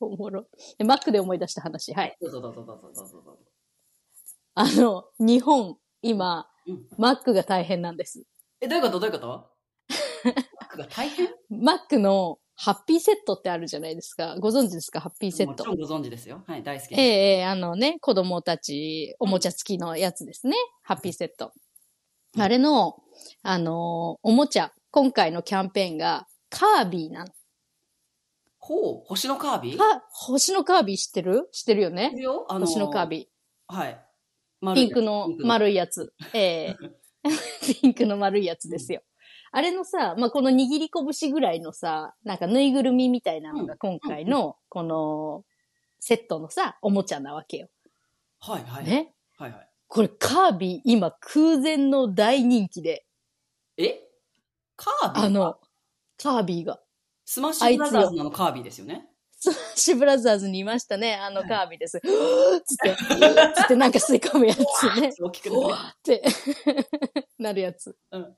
Speaker 2: おもろ。でマックで思い出した話。はい。
Speaker 4: どうぞどうぞどうぞどうぞどうぞ。
Speaker 2: あの、日本、今、
Speaker 4: うん
Speaker 2: マックが大変なんです。
Speaker 4: え、どういうことどういうことマックが大変
Speaker 2: マックのハッピーセットってあるじゃないですか。ご存知ですかハッピーセッ
Speaker 4: もち
Speaker 2: ト
Speaker 4: ろ。んご存知ですよ。はい、大好き
Speaker 2: え
Speaker 4: です。
Speaker 2: えええあのね、子供たち、おもちゃ付きのやつですね。ハッピーセット。あれの、あのおもちゃ、今回のキャンペーンが、カービィなの。
Speaker 4: ほう、星のカービィ
Speaker 2: か、星のカービィ知ってる知ってるよ
Speaker 4: い
Speaker 2: ね
Speaker 4: るよあ
Speaker 2: 星のカー
Speaker 4: ィ。
Speaker 2: ビ
Speaker 4: はい。
Speaker 2: ィ。
Speaker 4: 丸い
Speaker 2: ピンクの丸いやつ。 ええピンクの丸いやつですよ。あれのさ、まあ、この握り拳ぐらいのさ、なんかぬいぐるみみたいなのが今回の、この、セットのさ、おもちゃなわけよ。
Speaker 4: はいはい。
Speaker 2: ね。
Speaker 4: はいはい。
Speaker 2: これカービィ今空前の大人気で、
Speaker 4: えカービィ
Speaker 2: あの、カービィが。
Speaker 4: スマッシュブラザーズのあのカービィですよね。
Speaker 2: スマッシュブラザーズにいましたね、あの
Speaker 4: はい
Speaker 2: カービィです。 つって、つってなんか吸い込むやつね。
Speaker 4: 大きく
Speaker 2: う
Speaker 4: な
Speaker 2: わって なるやつ、
Speaker 4: うん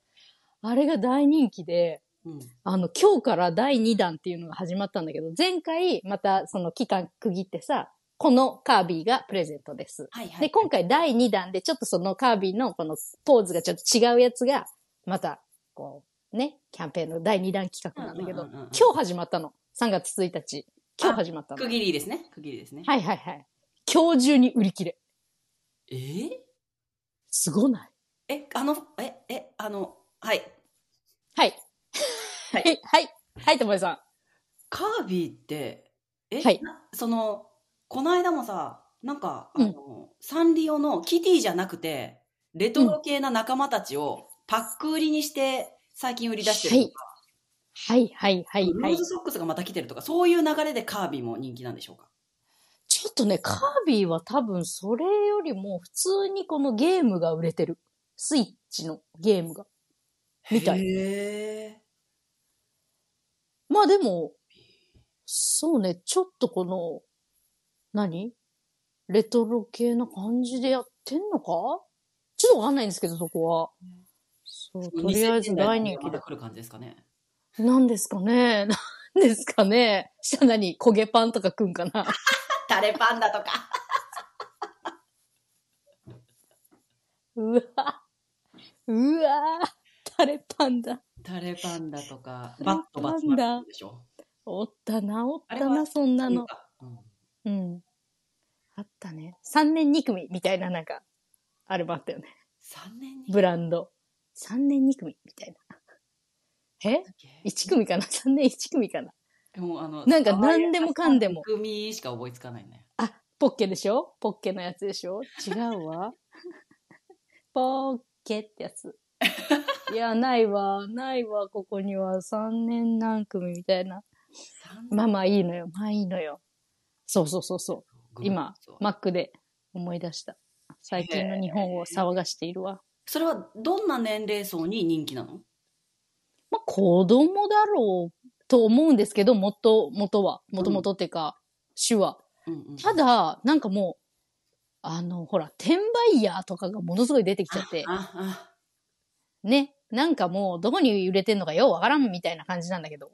Speaker 2: あれが大人気で、
Speaker 4: る。うん。
Speaker 2: あの、今日から第2弾っていうのが始まったんだけど、前回またその期間区切ってさ、このカービィがプレゼントです。
Speaker 4: はいはい。
Speaker 2: で、今回第2弾でちょっとそのカービィのこのポーズがちょっと違うやつが、また、こう、ね、キャンペーンの第2弾企画なんだけど
Speaker 4: うんうんうんうん、
Speaker 2: 今日始まったの。3月1日。今日始まったの。
Speaker 4: 区切りですね。区切りですね。
Speaker 2: はいはいはい。今日中に売り切れ。
Speaker 4: えー
Speaker 2: すごない
Speaker 4: え、あの、え、え、あの、はい。
Speaker 2: はい。
Speaker 4: は
Speaker 2: はいい。はい。はい、ともえさん。
Speaker 4: カービィって、え、
Speaker 2: はい
Speaker 4: なその、この間もさ、なんか、あ
Speaker 2: うん
Speaker 4: の、サンリオのキティじゃなくて、レトロ系な仲間たちをパック売りにして、最近売り出してるとか、
Speaker 2: はいはいはいは
Speaker 4: ロ
Speaker 2: い
Speaker 4: ー。ズソックスがまた来てるとか、そういう流れでカービィも人気なんでしょうか
Speaker 2: ちょっとね、カービィは多分それよりも普通にこのゲームが売れてる。スイッチのゲームが。みたい
Speaker 4: へ
Speaker 2: まあでも、そうね、ちょっとこの、何レトロ系な感じでやってんのかちょっとわかんないんですけど、そこは。そう、
Speaker 4: ー。
Speaker 2: とりあえず大人
Speaker 4: ま
Speaker 2: 気
Speaker 4: た
Speaker 2: だ。
Speaker 4: 来る感じですかね。
Speaker 2: なんですかねなんですかね下何焦げパンとかくんかな
Speaker 4: タレパンダとか。
Speaker 2: うわ、うわ、タレパンダ。
Speaker 4: タレパンダとか、
Speaker 2: タレパン
Speaker 4: バッ
Speaker 2: ダ
Speaker 4: トバツマルでしょ。
Speaker 2: おったな、おっ
Speaker 4: あれ
Speaker 2: た
Speaker 4: は
Speaker 2: な、そんなの。
Speaker 4: うん
Speaker 2: うん。あったね。3年2組みたいな、なんか、あれもあったよね。
Speaker 4: 三年に
Speaker 2: ブランド。3年2組みたいな。え ?1 組かな ?3 年1組かな
Speaker 4: もうあの
Speaker 2: なんか何でもかんでも
Speaker 4: 組しか覚えつかないね。
Speaker 2: あ、ポッケでしょポッケのやつでしょ違うわ。 ポッケってやつ。いや、ないわ。ないわ。ここには3年何組みたいな。まあまあいいのよ。まあいいのよ。そうそうそうそう。今、マックで思い出した。最近の日本を騒がしているわ。
Speaker 4: それはどんな年齢層に人気なの
Speaker 2: まあ、子供だろうと思うんですけど、元、元は、元々っていうか、手話。
Speaker 4: うんうん
Speaker 2: ただ、なんかもう、あの、ほら、転売ヤーとかがものすごい出てきちゃって、
Speaker 4: ああ
Speaker 2: ね、なんかもう、どこに売れてんのかようわからんみたいな感じなんだけど、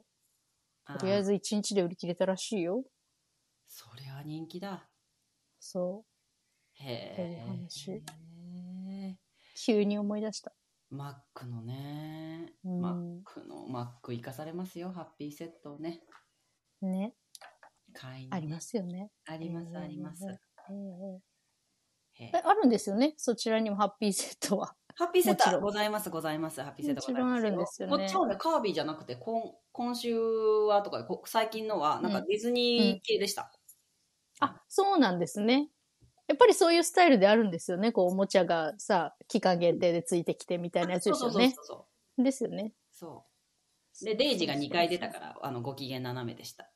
Speaker 4: あ
Speaker 2: とりあえず1日で売り切れたらしいよ。
Speaker 4: それは人気だ。
Speaker 2: そう。
Speaker 4: へ
Speaker 2: という
Speaker 4: え。
Speaker 2: 話急に思い出した。
Speaker 4: マックのね、
Speaker 2: うん
Speaker 4: マックのマック生かされますよ、ハッピーセットをね。
Speaker 2: ね、
Speaker 4: 会員
Speaker 2: ありますよね。
Speaker 4: あります、あります。
Speaker 2: ええ
Speaker 4: へえ
Speaker 2: えあるんですよね。そちらにもハッピーセットは。
Speaker 4: ハッピーセッ
Speaker 2: もちろ
Speaker 4: ト
Speaker 2: ん
Speaker 4: ございます、ございます、ハッピーセットござい
Speaker 2: も
Speaker 4: ます。
Speaker 2: ちろんあるんですよね
Speaker 4: こっちはね、カービィじゃなくて、こん今週はとかでこ最近のは、なんか
Speaker 2: うん
Speaker 4: ディズニー系でした。
Speaker 2: あ、そうなんですね。やっぱりそういうスタイルであるんですよね。こう、おもちゃがさ、期間限定でついてきてみたいなやつ
Speaker 4: そう
Speaker 2: です
Speaker 4: そう
Speaker 2: よ
Speaker 4: そうそう
Speaker 2: ね。
Speaker 4: そう。
Speaker 2: ですよね。
Speaker 4: そうで、デイジーが2回出たから、あの、ご機嫌斜めでした。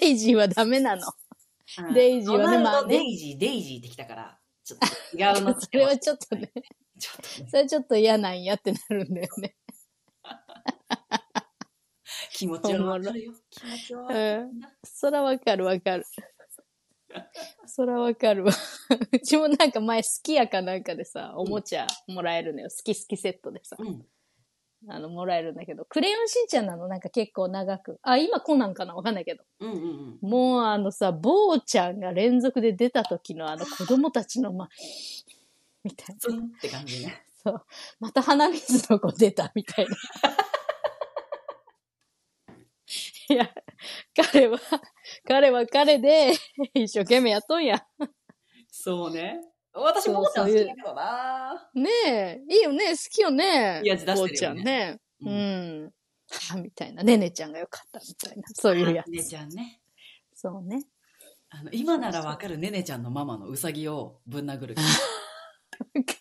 Speaker 2: デイジーはダメなの。デイジーはね
Speaker 4: ドナルド
Speaker 2: まあね
Speaker 4: デイジー、デイジーってきたから、ちょっと違 うの
Speaker 2: それはちょっとね、
Speaker 4: ちょっとね
Speaker 2: それはちょっと嫌なんやってなるんだよね。
Speaker 4: 気持ちはわかるよ。気持 ちはわか
Speaker 2: う
Speaker 4: る
Speaker 2: ん。そらわかるわかる。そらわかるわ。 うちもなんか前、すき家かなんかでさ、おもちゃもらえるのよ。好き好きセットでさ。
Speaker 4: うん。
Speaker 2: あの、もらえるんだけど。クレヨンしんちゃんなのなんか結構長く。あ、今コナンかなわかんないけど。
Speaker 4: うんうんうん。
Speaker 2: もうあのさ、ぼうちゃんが連続で出た時のあの子供たちのま、みたいな。
Speaker 4: ツンって感じね。
Speaker 2: そう。また鼻水の子出たみたいな。 いや、彼は、彼は彼で、一生懸命やっとんや。
Speaker 4: そうね。私、もーちゃん好きだけどな。
Speaker 2: ねえ、いいよね、好きよね。
Speaker 4: いいやつ出してるよね
Speaker 2: ぼうちゃんね。う
Speaker 4: う
Speaker 2: んん。はあみたいな。ねねちゃんがよかったみたいな。そういうや
Speaker 4: ねね
Speaker 2: つ。
Speaker 4: ちゃんね。
Speaker 2: そうね。
Speaker 4: あの、今ならわかるねねちゃんのママのうさぎをぶん殴る。
Speaker 2: わ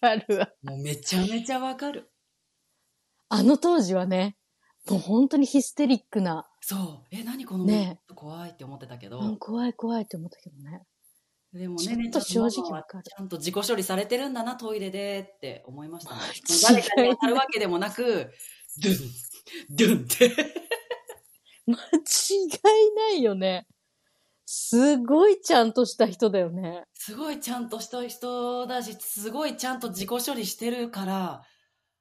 Speaker 2: かるわ。
Speaker 4: もうめちゃめちゃわかる。
Speaker 2: あの当時はね、もう本当にヒステリックな、
Speaker 4: そう。え、何この
Speaker 2: ね
Speaker 4: 怖いって思ってたけど。
Speaker 2: うん怖い怖いって思ったけどね。
Speaker 4: でも
Speaker 2: ち
Speaker 4: ね
Speaker 2: ょっ
Speaker 4: ね
Speaker 2: と
Speaker 4: ちゃん
Speaker 2: 正
Speaker 4: の
Speaker 2: 直
Speaker 4: ママ
Speaker 2: わ
Speaker 4: は
Speaker 2: かる
Speaker 4: ち。ゃんと自己処理されてるんだな、トイレでって思いましたね。
Speaker 2: 違う
Speaker 4: 誰かに当たるわけでもなく、ドゥン、ドゥンって。
Speaker 2: 間違いないよね。すごいちゃんとした人だよね。
Speaker 4: すごいちゃんとした人だし、すごいちゃんと自己処理してるから、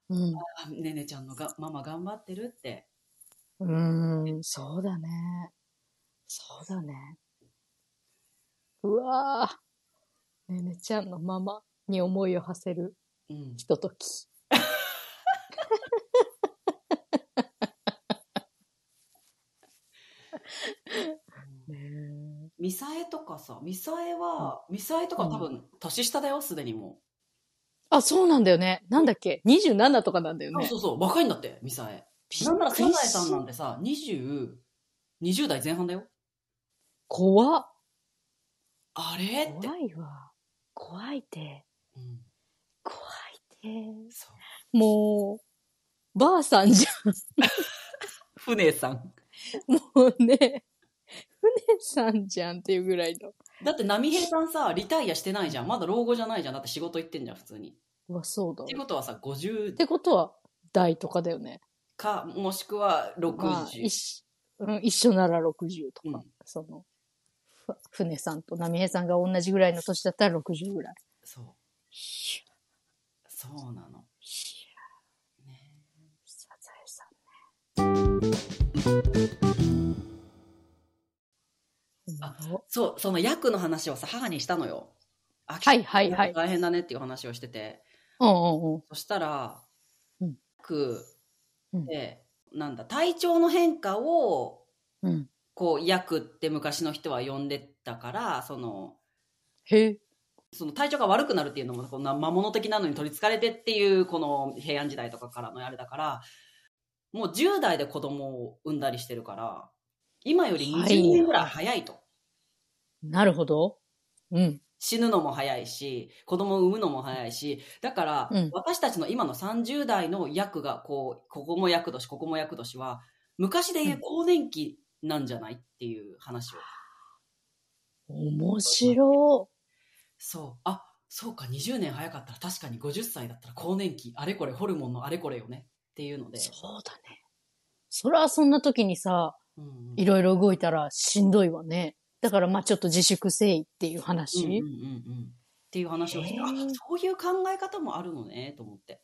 Speaker 2: うん。
Speaker 4: あねねちゃんのがママ頑張ってるって。
Speaker 2: うーん、そうだね。そうだね。うわぁ。ねねちゃんのママに思いを馳せる
Speaker 4: うん。
Speaker 2: ひととき。ねえ
Speaker 4: ミサエとかさ、ミサエは、ミサエとか多分年下だよ、すでにも
Speaker 2: あ、そうなんだよね。なんだっけ ?27 とかなんだよ
Speaker 4: う。あ
Speaker 2: ね
Speaker 4: そ。うそう、若いんだって、ミサエ。
Speaker 2: びっ
Speaker 4: なんなら
Speaker 2: く
Speaker 4: サ
Speaker 2: り
Speaker 4: ザエ
Speaker 2: し
Speaker 4: さんなんてさ、20、20代前半だよ。
Speaker 2: 怖っ。
Speaker 4: あれって。
Speaker 2: 怖いわ。怖いて。
Speaker 4: うん、
Speaker 2: 怖いて。
Speaker 4: そう。
Speaker 2: もう、ばあさんじ
Speaker 4: 船さん。
Speaker 2: ゃん。もうね、船さんじゃんっていうぐらいの。
Speaker 4: だって波平さんさ、リタイアしてないじゃん。まだ老後じゃないじゃん。だって仕事行ってんじゃん、普通に。っ
Speaker 2: うわ、そうだ。
Speaker 4: て
Speaker 2: っ
Speaker 4: ことはさ、50
Speaker 2: てことは、大とかだよね。
Speaker 4: か、もしくは
Speaker 2: まあ、
Speaker 4: 60。
Speaker 2: 一緒うん、一緒なら60と
Speaker 4: う
Speaker 2: か、
Speaker 4: ん
Speaker 2: その、ふ船さんと波平さんが同じぐらいの年だったら60ぐらい。
Speaker 4: そう。そうなの。ね
Speaker 2: サザエさ
Speaker 4: あ
Speaker 2: んね。
Speaker 4: そう、その役の話をさ、母にしたのよ。あ
Speaker 2: はいはいはい
Speaker 4: 大変だねっていう話をしてて。
Speaker 2: うんうんうん。
Speaker 4: そしたら、
Speaker 2: うん
Speaker 4: 役で、なんだ、体調の変化を、
Speaker 2: うん。
Speaker 4: こう、役って昔の人は呼んでたから、その、
Speaker 2: へえ。
Speaker 4: その体調が悪くなるっていうのも、こんな魔物的なのに取り憑かれてっていう、この平安時代とかからのあれだから、もう10代で子供を産んだりしてるから、今より
Speaker 2: はい
Speaker 4: 20年ぐらい早いと。
Speaker 2: なるほど。うん。
Speaker 4: 死ぬのも早いし、子供を産むのも早いし、だから、
Speaker 2: うん
Speaker 4: 私たちの今の30代の役が、こう、ここも役年、ここも役年は、昔で言う更年期なんじゃないっていう話を。
Speaker 2: 面白
Speaker 4: そう。あ、そうか、20年早かったら、確かに50歳だったら更年期、あれこれ、ホルモンのあれこれよね。っていうの
Speaker 2: い。
Speaker 4: で。
Speaker 2: そうだね。そら、そんな時にさ、
Speaker 4: うんうん
Speaker 2: いろいろ動いたらしんどいわね。だから、まあちょっと自粛せいっていう話。
Speaker 4: うんうんうんうんっていう話をして、
Speaker 2: へー
Speaker 4: あ、そういう考え方もあるのね、と思って。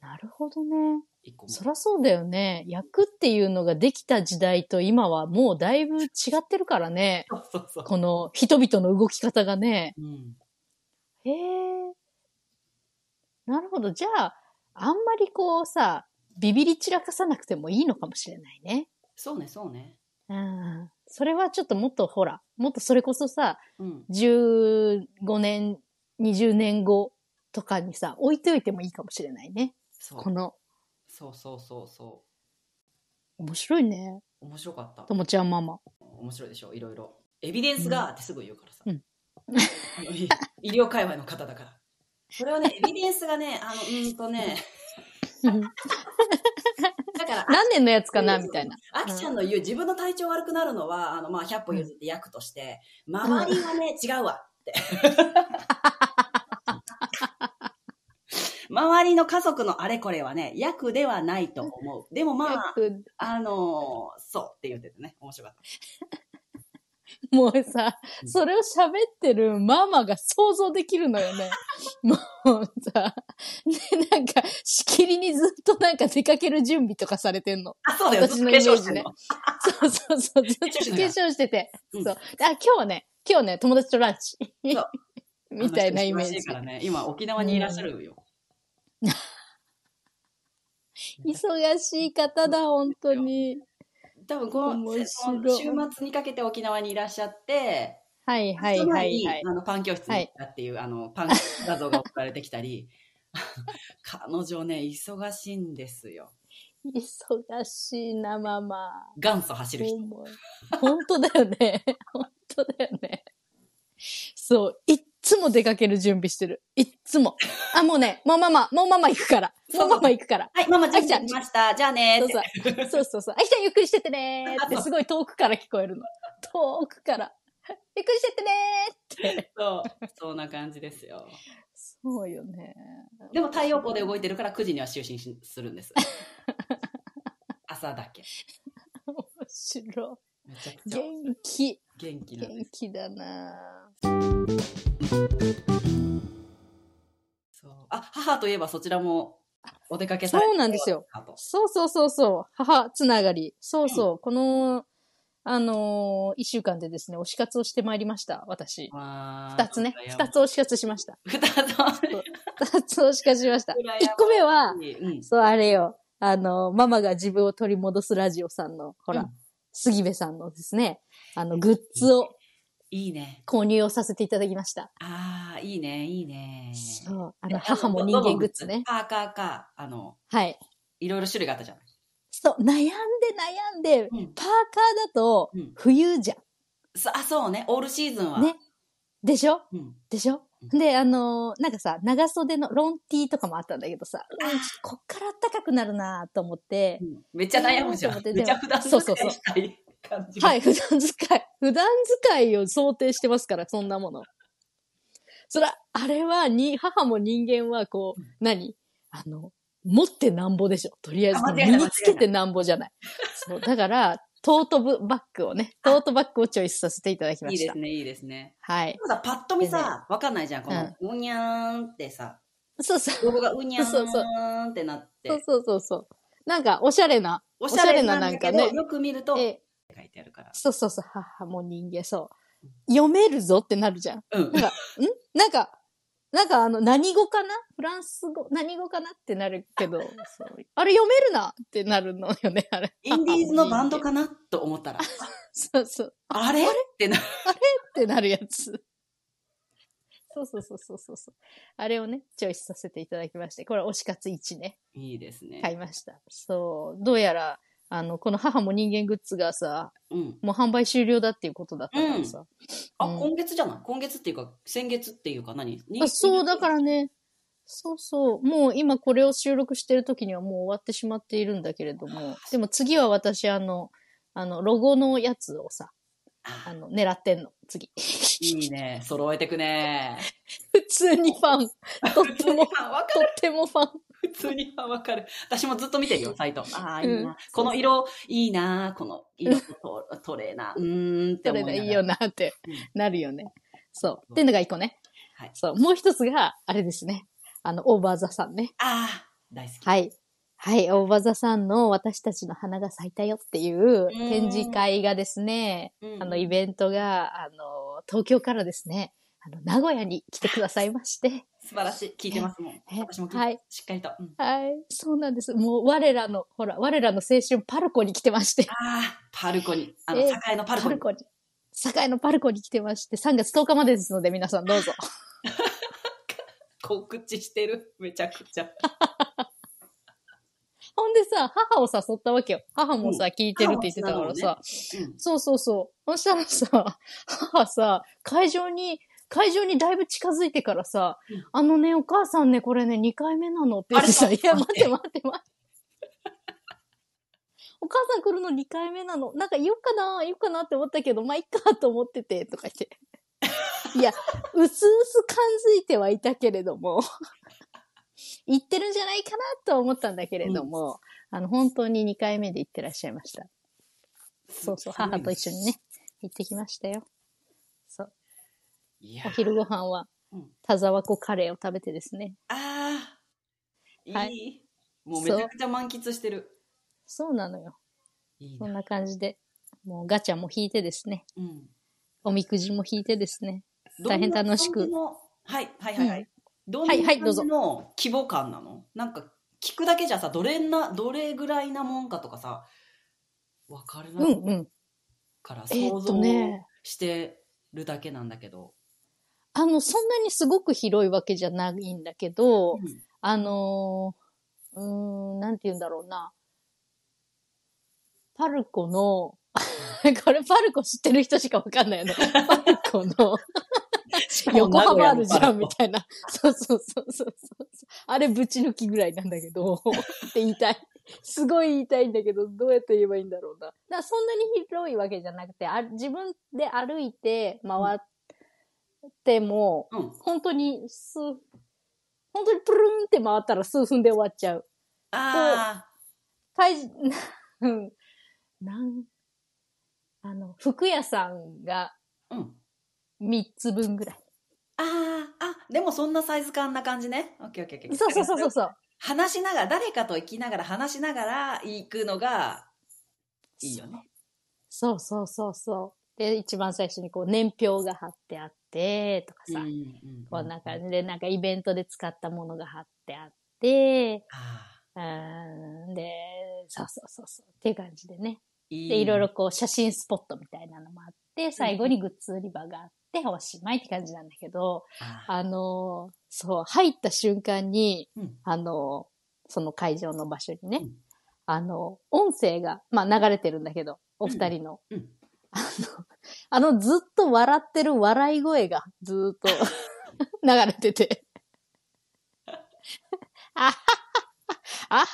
Speaker 2: なるほどね。
Speaker 4: 一個も
Speaker 2: そらそうだよね。役っていうのができた時代と今はもうだいぶ違ってるからね。
Speaker 4: そうそうそう。
Speaker 2: この人々の動き方がね。
Speaker 4: うん。
Speaker 2: へえ。なるほど。じゃあ、あんまりこうさ、ビビり散らかさなくてもいいのかもしれないね。
Speaker 4: そうね、そうね。
Speaker 2: うん。それはちょっともっとほら、もっとそれこそさ、
Speaker 4: うん。
Speaker 2: 15年、20年後とかにさ、置いといてもいいかもしれないね。
Speaker 4: そう
Speaker 2: こ。の、
Speaker 4: そうそうそうそ
Speaker 2: 面白いね。
Speaker 4: う。面白かった
Speaker 2: と。もちゃんママ。
Speaker 4: 面白いでしょ、いろいろ。エビデンスがってすぐ言うからさ。
Speaker 2: うん
Speaker 4: あのい 医療界隈の方だから。それは ね、エビデンスがね、あの、うーんとね、だから、
Speaker 2: 何年のやつかなみたいな。
Speaker 4: あきちゃんの言う自分の体調悪くなるのは、あの、まあ、100歩譲って役として、周りはね、違うわって。 周りの家族のあれこれはね、役ではないと思う。でもまあ、あのそうって言っててね、面白かった。
Speaker 2: もうさ
Speaker 4: う、ん
Speaker 2: それを喋ってるママが想像できるのよ ね。もうさ、ね、なんか、しきりにずっとなんか出かける準備とかされてんの。
Speaker 4: あ、そうだよ、
Speaker 2: 私のイメージね
Speaker 4: ずっと化
Speaker 2: そ
Speaker 4: 粧してんの
Speaker 2: うそうそう、ずっと化粧してて。
Speaker 4: うん
Speaker 2: そう。あ、今日はね、今日ね、友達とランチ。
Speaker 4: そう
Speaker 2: みたいなイメー
Speaker 4: あの人忙
Speaker 2: ジ
Speaker 4: しい。からね、今沖縄にいらっしゃるよ。
Speaker 2: 忙しい方だ、本当に。
Speaker 4: 多分この
Speaker 2: 面白い
Speaker 4: せその週末にかけて沖縄にいらっしゃって、
Speaker 2: はいはい
Speaker 4: その
Speaker 2: は
Speaker 4: 前
Speaker 2: い
Speaker 4: に
Speaker 2: はい。
Speaker 4: あのパン教室に行ったっていう、あのパン画像が送られてきたり、 彼女ね忙しいんですよ。
Speaker 2: 忙しいな、ママ。
Speaker 4: 元祖走る人。
Speaker 2: 思う本当だよね。 本当だよね。そう。いっつも出かける準備してる。いっつも。あ、もうね、もうママ、もうママ行くから。もうママ行くから。
Speaker 4: はい、ママ
Speaker 2: あ
Speaker 4: 準
Speaker 2: きちゃん
Speaker 4: 備できました。じゃあね
Speaker 2: そ
Speaker 4: ー
Speaker 2: う
Speaker 4: って。
Speaker 2: そう。そうそうそう。あきちゃんゆっくりしてってねーって、すごい遠くから聞こえるの。遠くから。ゆっくりしてってねー
Speaker 4: そう、そんな感じですよ。
Speaker 2: そうよね。
Speaker 4: でも太陽光で動いてるから9時には就寝しするん です。朝だけ。
Speaker 2: 面白
Speaker 4: めちゃく
Speaker 2: い。
Speaker 4: ちゃ
Speaker 2: 元気。
Speaker 4: 元気なんです
Speaker 2: 元気だな
Speaker 4: そう。あ、母といえばそちらもお出かけされ
Speaker 2: そうなんですよ。
Speaker 4: あと
Speaker 2: そうそうそうそう。母つながり。そうそう。この、あのー一週間でですね、推し活をしてまいりました、私。二
Speaker 4: 二
Speaker 2: つね。二。つ推し活しました。
Speaker 4: 二つ。
Speaker 2: 二つ推し活しました
Speaker 4: 羨ま。しい
Speaker 2: 一個目は、
Speaker 4: うん。
Speaker 2: そう、あれよ。あの、ママが自分を取り戻すラジオさんの、ほら、
Speaker 4: うん
Speaker 2: 杉部さんのですね、あの、グッズを
Speaker 4: いいね。
Speaker 2: 購入をさせていただきました。
Speaker 4: ああ、いいね、いいね。
Speaker 2: そう。あの、母も人間グッズね。
Speaker 4: パーカーか、あの、
Speaker 2: はい。
Speaker 4: いろいろ種類があったじゃない。
Speaker 2: そう、悩んで悩んで、
Speaker 4: うん
Speaker 2: パーカーだと
Speaker 4: うん、
Speaker 2: 冬じゃん。
Speaker 4: そあ、そうね。オールシーズンは。
Speaker 2: ね。でしょ
Speaker 4: うん。
Speaker 2: でしょ
Speaker 4: うん
Speaker 2: で、あのーなんかさ、長袖のロンティーとかもあったんだけどさ、うん、ちょっとこっから暖かくなるなと思って
Speaker 4: う、んめっちゃ悩むじゃ。
Speaker 2: うんんでも
Speaker 4: めっちゃ普段使
Speaker 2: そうそうそう
Speaker 4: いしたい感じが。
Speaker 2: はい、普段使い。普段使いを想定してますから、そんなもの。そら、あれは、に、母も人間は、こう、何あの、持ってなんぼでしょ。とりあえず
Speaker 4: あ、間違い
Speaker 2: 身
Speaker 4: ない
Speaker 2: につけてなんぼじゃない。そう、だから、トートブバッグをね、トートバッグをチョイスさせていただきま
Speaker 4: いい
Speaker 2: し
Speaker 4: で
Speaker 2: た。
Speaker 4: すね、いいですね。
Speaker 2: はい
Speaker 4: で。もさ、パッと見さ、わかんないじゃん。この
Speaker 2: う、
Speaker 4: うにゃーんってさ、
Speaker 2: そうそう。
Speaker 4: ロゴがうにゃ
Speaker 2: そうそう
Speaker 4: ーんってなっ
Speaker 2: そう
Speaker 4: て、
Speaker 2: そうそうそう。なんか、おしゃれな、
Speaker 4: お
Speaker 2: しゃれななんかね
Speaker 4: しゃれなんだけどよく見ると、
Speaker 2: え
Speaker 4: 書
Speaker 2: え
Speaker 4: いてあるから。
Speaker 2: そうそうそう、母も人間、そう。読めるぞってなるじゃん。
Speaker 4: うん。
Speaker 2: なんか、なんかあの、何語かなフランス語、何語かなってなるけど、そうあれ読めるなってなるのよね、あれ。
Speaker 4: インディーズのバンドかなと思ったら、
Speaker 2: そうそう。
Speaker 4: あれってな、
Speaker 2: ってなるやつ。そうそうそうそうそうそう。あれをね、チョイスさせていただきまして、これ推し活1ね、
Speaker 4: いいですね。
Speaker 2: 買いました。そう、どうやら、あの、この母も人間グッズがさ、
Speaker 4: うん。
Speaker 2: もう販売終了だっていうことだったからさ。
Speaker 4: あ、
Speaker 2: うん
Speaker 4: 今月じゃない今月っていうか、先月っていうか何。
Speaker 2: あそう、だかららね、そうそう、もう今これを収録してる時にはもう終わってしまっているんだけれども、でも次は私あの、あの、ロゴのやつをさ、あ
Speaker 4: あ
Speaker 2: の、狙ってんの、次。
Speaker 4: いいね。揃えてくね。
Speaker 2: 普通にファ ン。と
Speaker 4: 普
Speaker 2: っ
Speaker 4: 通
Speaker 2: て
Speaker 4: に
Speaker 2: も、
Speaker 4: ファ ンわか
Speaker 2: とってもファン。
Speaker 4: 普通にはわかる。私もずっと見てるよ、サイト。ああ、いい
Speaker 2: うん
Speaker 4: な。この色、いいな。この色とトレーナー。うーんって
Speaker 2: そ
Speaker 4: 思
Speaker 2: れが
Speaker 4: いながら。
Speaker 2: いいよなって
Speaker 4: うん
Speaker 2: なるよね。そう。
Speaker 4: そう
Speaker 2: っていうのが一個ね。
Speaker 4: はい
Speaker 2: そう。もう一つが、あれですね。あの、オーバーザさんね。
Speaker 4: ああ、大好き。
Speaker 2: はい。はい。オーバーザさんの私たちの花が咲いたよっていう展示会がですね、
Speaker 4: うん
Speaker 2: あの、イベントが、あの、東京からですね、あの、名古屋に来てくださいまして。
Speaker 4: 素晴らしい。聞いてますもん。
Speaker 2: え
Speaker 4: 私も聞いて
Speaker 2: はい
Speaker 4: しっかりと。うん
Speaker 2: はい。そうなんです。もう、我らの、ほら、我らの青春パルコに来てまして。
Speaker 4: ああ、パルコに。あの、
Speaker 2: え
Speaker 4: 栄
Speaker 2: ー
Speaker 4: のパ
Speaker 2: パ
Speaker 4: ルコに
Speaker 2: ル。コに。堺のパルコに来てまして、3月10日までですので、皆さんどう ぞ。
Speaker 4: 告知してる。めちゃくちゃ。
Speaker 2: ほんでさ、母を誘ったわけよ。母もさ、聞いてるって言ってたから
Speaker 4: 母
Speaker 2: さ。
Speaker 4: うん
Speaker 2: そうそうそう。そしたらさ、母さ、会場に、会場にだいぶ近づいてからさ、
Speaker 4: うん
Speaker 2: あのね、お母さんね、これね、2回目なのって言って
Speaker 4: あ
Speaker 2: さ、
Speaker 4: れ
Speaker 2: いや、待って待って待って。お母さん来るの2回目なの。なんか言おうかな、言おうかなって思ったけど、まあ、いっかと思ってて、とか言って。いや、うすうす感づいてはいたけれども、言ってるんじゃないかなとは思ったんだけれども、あの、本当に2回目で行ってらっしゃいました。そうそう、母と一緒にね、行ってきましたよ。そう。
Speaker 4: いや
Speaker 2: お昼ご飯は
Speaker 4: うん、
Speaker 2: 田沢湖カレーを食べてですね。
Speaker 4: ああ、
Speaker 2: はいい
Speaker 4: い。もうめちゃくちゃ満喫してる。
Speaker 2: そうなのよ。
Speaker 4: いい
Speaker 2: そん
Speaker 4: な。
Speaker 2: な感じで、もうガチャも引いてですね。
Speaker 4: うん。
Speaker 2: おみくじも引いてですね。
Speaker 4: どんな
Speaker 2: 大変楽しく
Speaker 4: 感じの。はい、はい、はいは
Speaker 2: う
Speaker 4: い。どん
Speaker 2: はいは
Speaker 4: ない
Speaker 2: どう
Speaker 4: 感
Speaker 2: ぞ
Speaker 4: じの規模感なのなんか、聞くだけじゃさ、どれんな、どれぐらいなもんかとかさ、わかる
Speaker 2: うん
Speaker 4: ない
Speaker 2: うん。
Speaker 4: から
Speaker 2: えー
Speaker 4: 想
Speaker 2: っと
Speaker 4: 像
Speaker 2: ね
Speaker 4: してるだけなんだけど。
Speaker 2: あの、そんなにすごく広いわけじゃないんだけど、
Speaker 4: うん
Speaker 2: あのー、うーん、なんて言うんだろうな。パルコの、 これパルコ知ってる人しかわかんないよね。パルコの、 横浜あるじゃんみたいな。そうそうそうそうそう。あれぶち抜きぐらいなんだけど、って言いたい。すごい言いたいんだけど、どうやって言えばいいんだろうな。だからそんなに広いわけじゃなくて、あ自分で歩いて回っても、
Speaker 4: うん。
Speaker 2: 本当に数、本当にプルンって回ったら数分で終わっちゃう。
Speaker 4: あ
Speaker 2: 会場、 うんなん、あの、服屋さんが
Speaker 4: あ、うん。
Speaker 2: 3つ分ぐらい。
Speaker 4: ああ、あ、でもそんなサイズ感な感じね。オッケーオッケーオッケー。
Speaker 2: そうそうそうそうそう。
Speaker 4: 話しながら、誰かと行きながら話しながら行くのがいいよね。
Speaker 2: そうそうそうそう。で、一番最初にこう年表が貼ってあって、とかさ、
Speaker 4: ん
Speaker 2: こんな感じでなんかイベントで使ったものが貼ってあって、
Speaker 4: ああ
Speaker 2: うーん、で、そうそうそうそう、っていう感じでね。
Speaker 4: い
Speaker 2: で、いろいろ。こう写真スポットみたいなのもあって、最後にグッズ売り場があって、おしまいって感じなんだけど、
Speaker 4: ああ
Speaker 2: あのーそう、入った瞬間に、
Speaker 4: うん
Speaker 2: あのーその会場の場所にね、
Speaker 4: うん
Speaker 2: あのー音声が、まあ流れてるんだけど、お二人の、
Speaker 4: うんうん
Speaker 2: あの、あの、ずっと笑ってる笑い声がずーっ と流れてて。あははは、あはは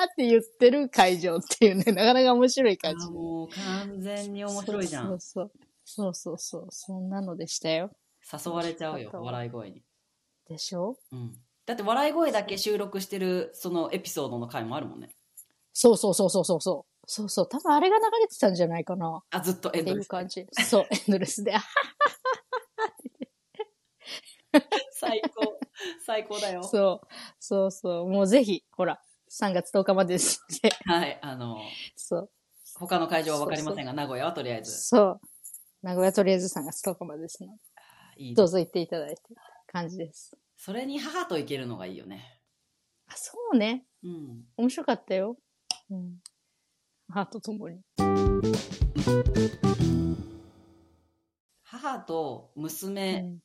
Speaker 2: はって言ってる会場っていうね、なかなか面白い感じ
Speaker 4: あ。もう完全に面白いじゃん。
Speaker 2: そうそうそう。そうそうそう。そんなのでしたよ。
Speaker 4: 誘われちゃうよ
Speaker 2: あ、と
Speaker 4: 笑い声に。
Speaker 2: でしょ
Speaker 4: うん。だって笑い声だけ収録してるそのエピソードの回もあるもんね。
Speaker 2: そうそうそうそうそうそう。そうそう。多分あれが流れてたんじゃないかな。
Speaker 4: あ、ずっとエ
Speaker 2: っ
Speaker 4: ン
Speaker 2: て
Speaker 4: ド
Speaker 2: い
Speaker 4: レ
Speaker 2: う
Speaker 4: ス。
Speaker 2: 感じ。そう、エンドレスで。あ
Speaker 4: 最 高。最高だよ。
Speaker 2: そう。そうそう。もうぜひ、ほら、3月10日までですので。
Speaker 4: はい。あの、
Speaker 2: そう。
Speaker 4: 他の会場はわかりませんが、名古屋はとりあえず。
Speaker 2: そう。名古屋とりあえず3月10日までですので。
Speaker 4: いいね
Speaker 2: どうぞ行っていただいて。感じです。
Speaker 4: それに母と行けるのがいいよね。
Speaker 2: あ、そうね。
Speaker 4: うん。
Speaker 2: 面白かったよ。うん。母と共に。
Speaker 4: 母と娘、
Speaker 2: うん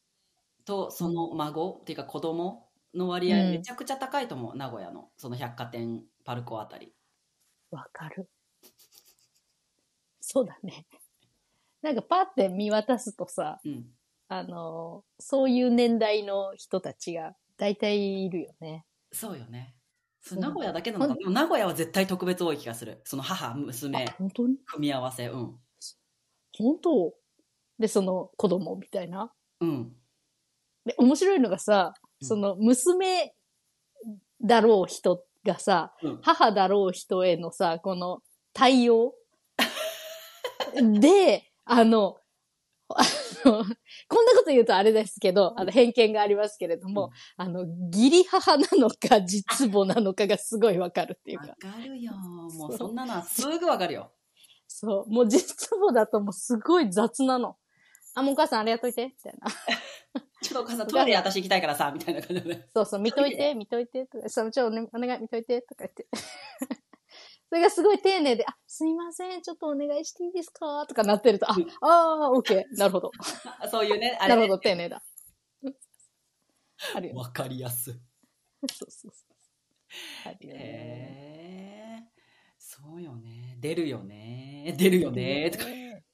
Speaker 4: とその孫、っていうか子供の割合
Speaker 2: うん
Speaker 4: めちゃくちゃ高いと思う、名古屋のその百貨店パルコあたり
Speaker 2: わかる。そうだね。なんかパって見渡すとさ、
Speaker 4: うん。
Speaker 2: あの、そういう年代の人たちが大体いるよね。
Speaker 4: そうよね。そ
Speaker 2: そう
Speaker 4: れ名古屋だけなのか
Speaker 2: ほん
Speaker 4: でも名古屋は絶対特別多い気がする。その母、
Speaker 2: あ
Speaker 4: 娘、
Speaker 2: 本当に
Speaker 4: 組み合わせ。うん。
Speaker 2: 本当で、その子供みたいな。
Speaker 4: うん。
Speaker 2: で、面白いのがさ、
Speaker 4: うん
Speaker 2: その娘だろう人がさ、
Speaker 4: うん
Speaker 2: 母だろう人へのさ、この対応。で、あの、あのこんなこと言うとあれですけど、あの偏見がありますけれども、あの、義理母なのか実母なのかがすごいわかるっていう
Speaker 4: わ
Speaker 2: か、
Speaker 4: かるよ。も
Speaker 2: そうう
Speaker 4: そんなのはすぐわかるよ。
Speaker 2: そう、もう実母だともうすごい雑なの。あ、もうお母さんあれやっといて、みたいな。
Speaker 4: ちょっとお母さん、トイレ私行きたいからさ、みたいな感じでね。
Speaker 2: そうそう、見といて、見といて、とか、その、ちょ、おねお願い、見といて、とか言って。 それがすごい丁寧で、あ、すいません、ちょっとお願いしていいですかとかなってると、あ
Speaker 4: うん、
Speaker 2: あー、オッケー、なるほど。
Speaker 4: あそういうね、あ
Speaker 2: な
Speaker 4: れ
Speaker 2: る
Speaker 4: ね
Speaker 2: ほど、丁寧だ。あるよね。
Speaker 4: わかりやすい。
Speaker 2: そうそうそう。あるよね。
Speaker 4: へえそうよね。出るよね。出るよね。とか。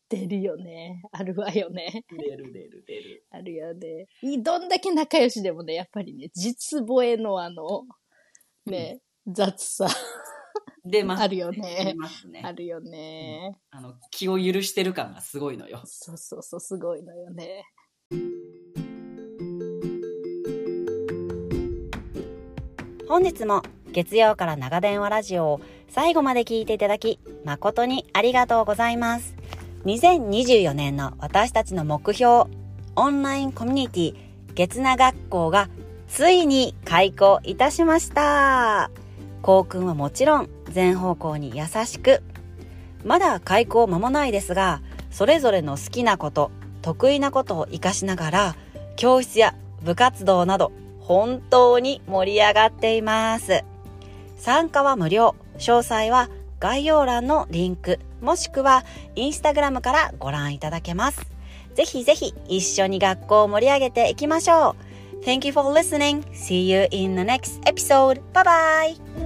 Speaker 2: 出るよね。あるわよね。
Speaker 4: 出る出る出る。
Speaker 2: あるよね。いどんだけ仲良しでもね、やっぱりね、実母へのあの、ね、雑さ、
Speaker 4: 出ます。
Speaker 2: あるよね
Speaker 4: 出ますね
Speaker 2: あ。るよね。
Speaker 4: あの、気を許してる感がすごいのよ。
Speaker 2: そうそうそう、すごいのよね。
Speaker 1: 本日も月曜から長電話ラジオを最後まで聞いていただき誠にありがとうございます2024年の私たちの目標オンラインコミュニティ月名学校がついに開校いたしました校訓はもちろん全方向に優しくまだ開校間もないですがそれぞれの好きなこと得意なことを活かしながら教室や部活動など本当に盛り上がっています参加は無料詳細は概要欄のリンクもしくはインスタグラムからご覧いただけますぜひぜひ一緒に学校を盛り上げていきましょう Thank you for listening. See you in the next episode. Bye bye.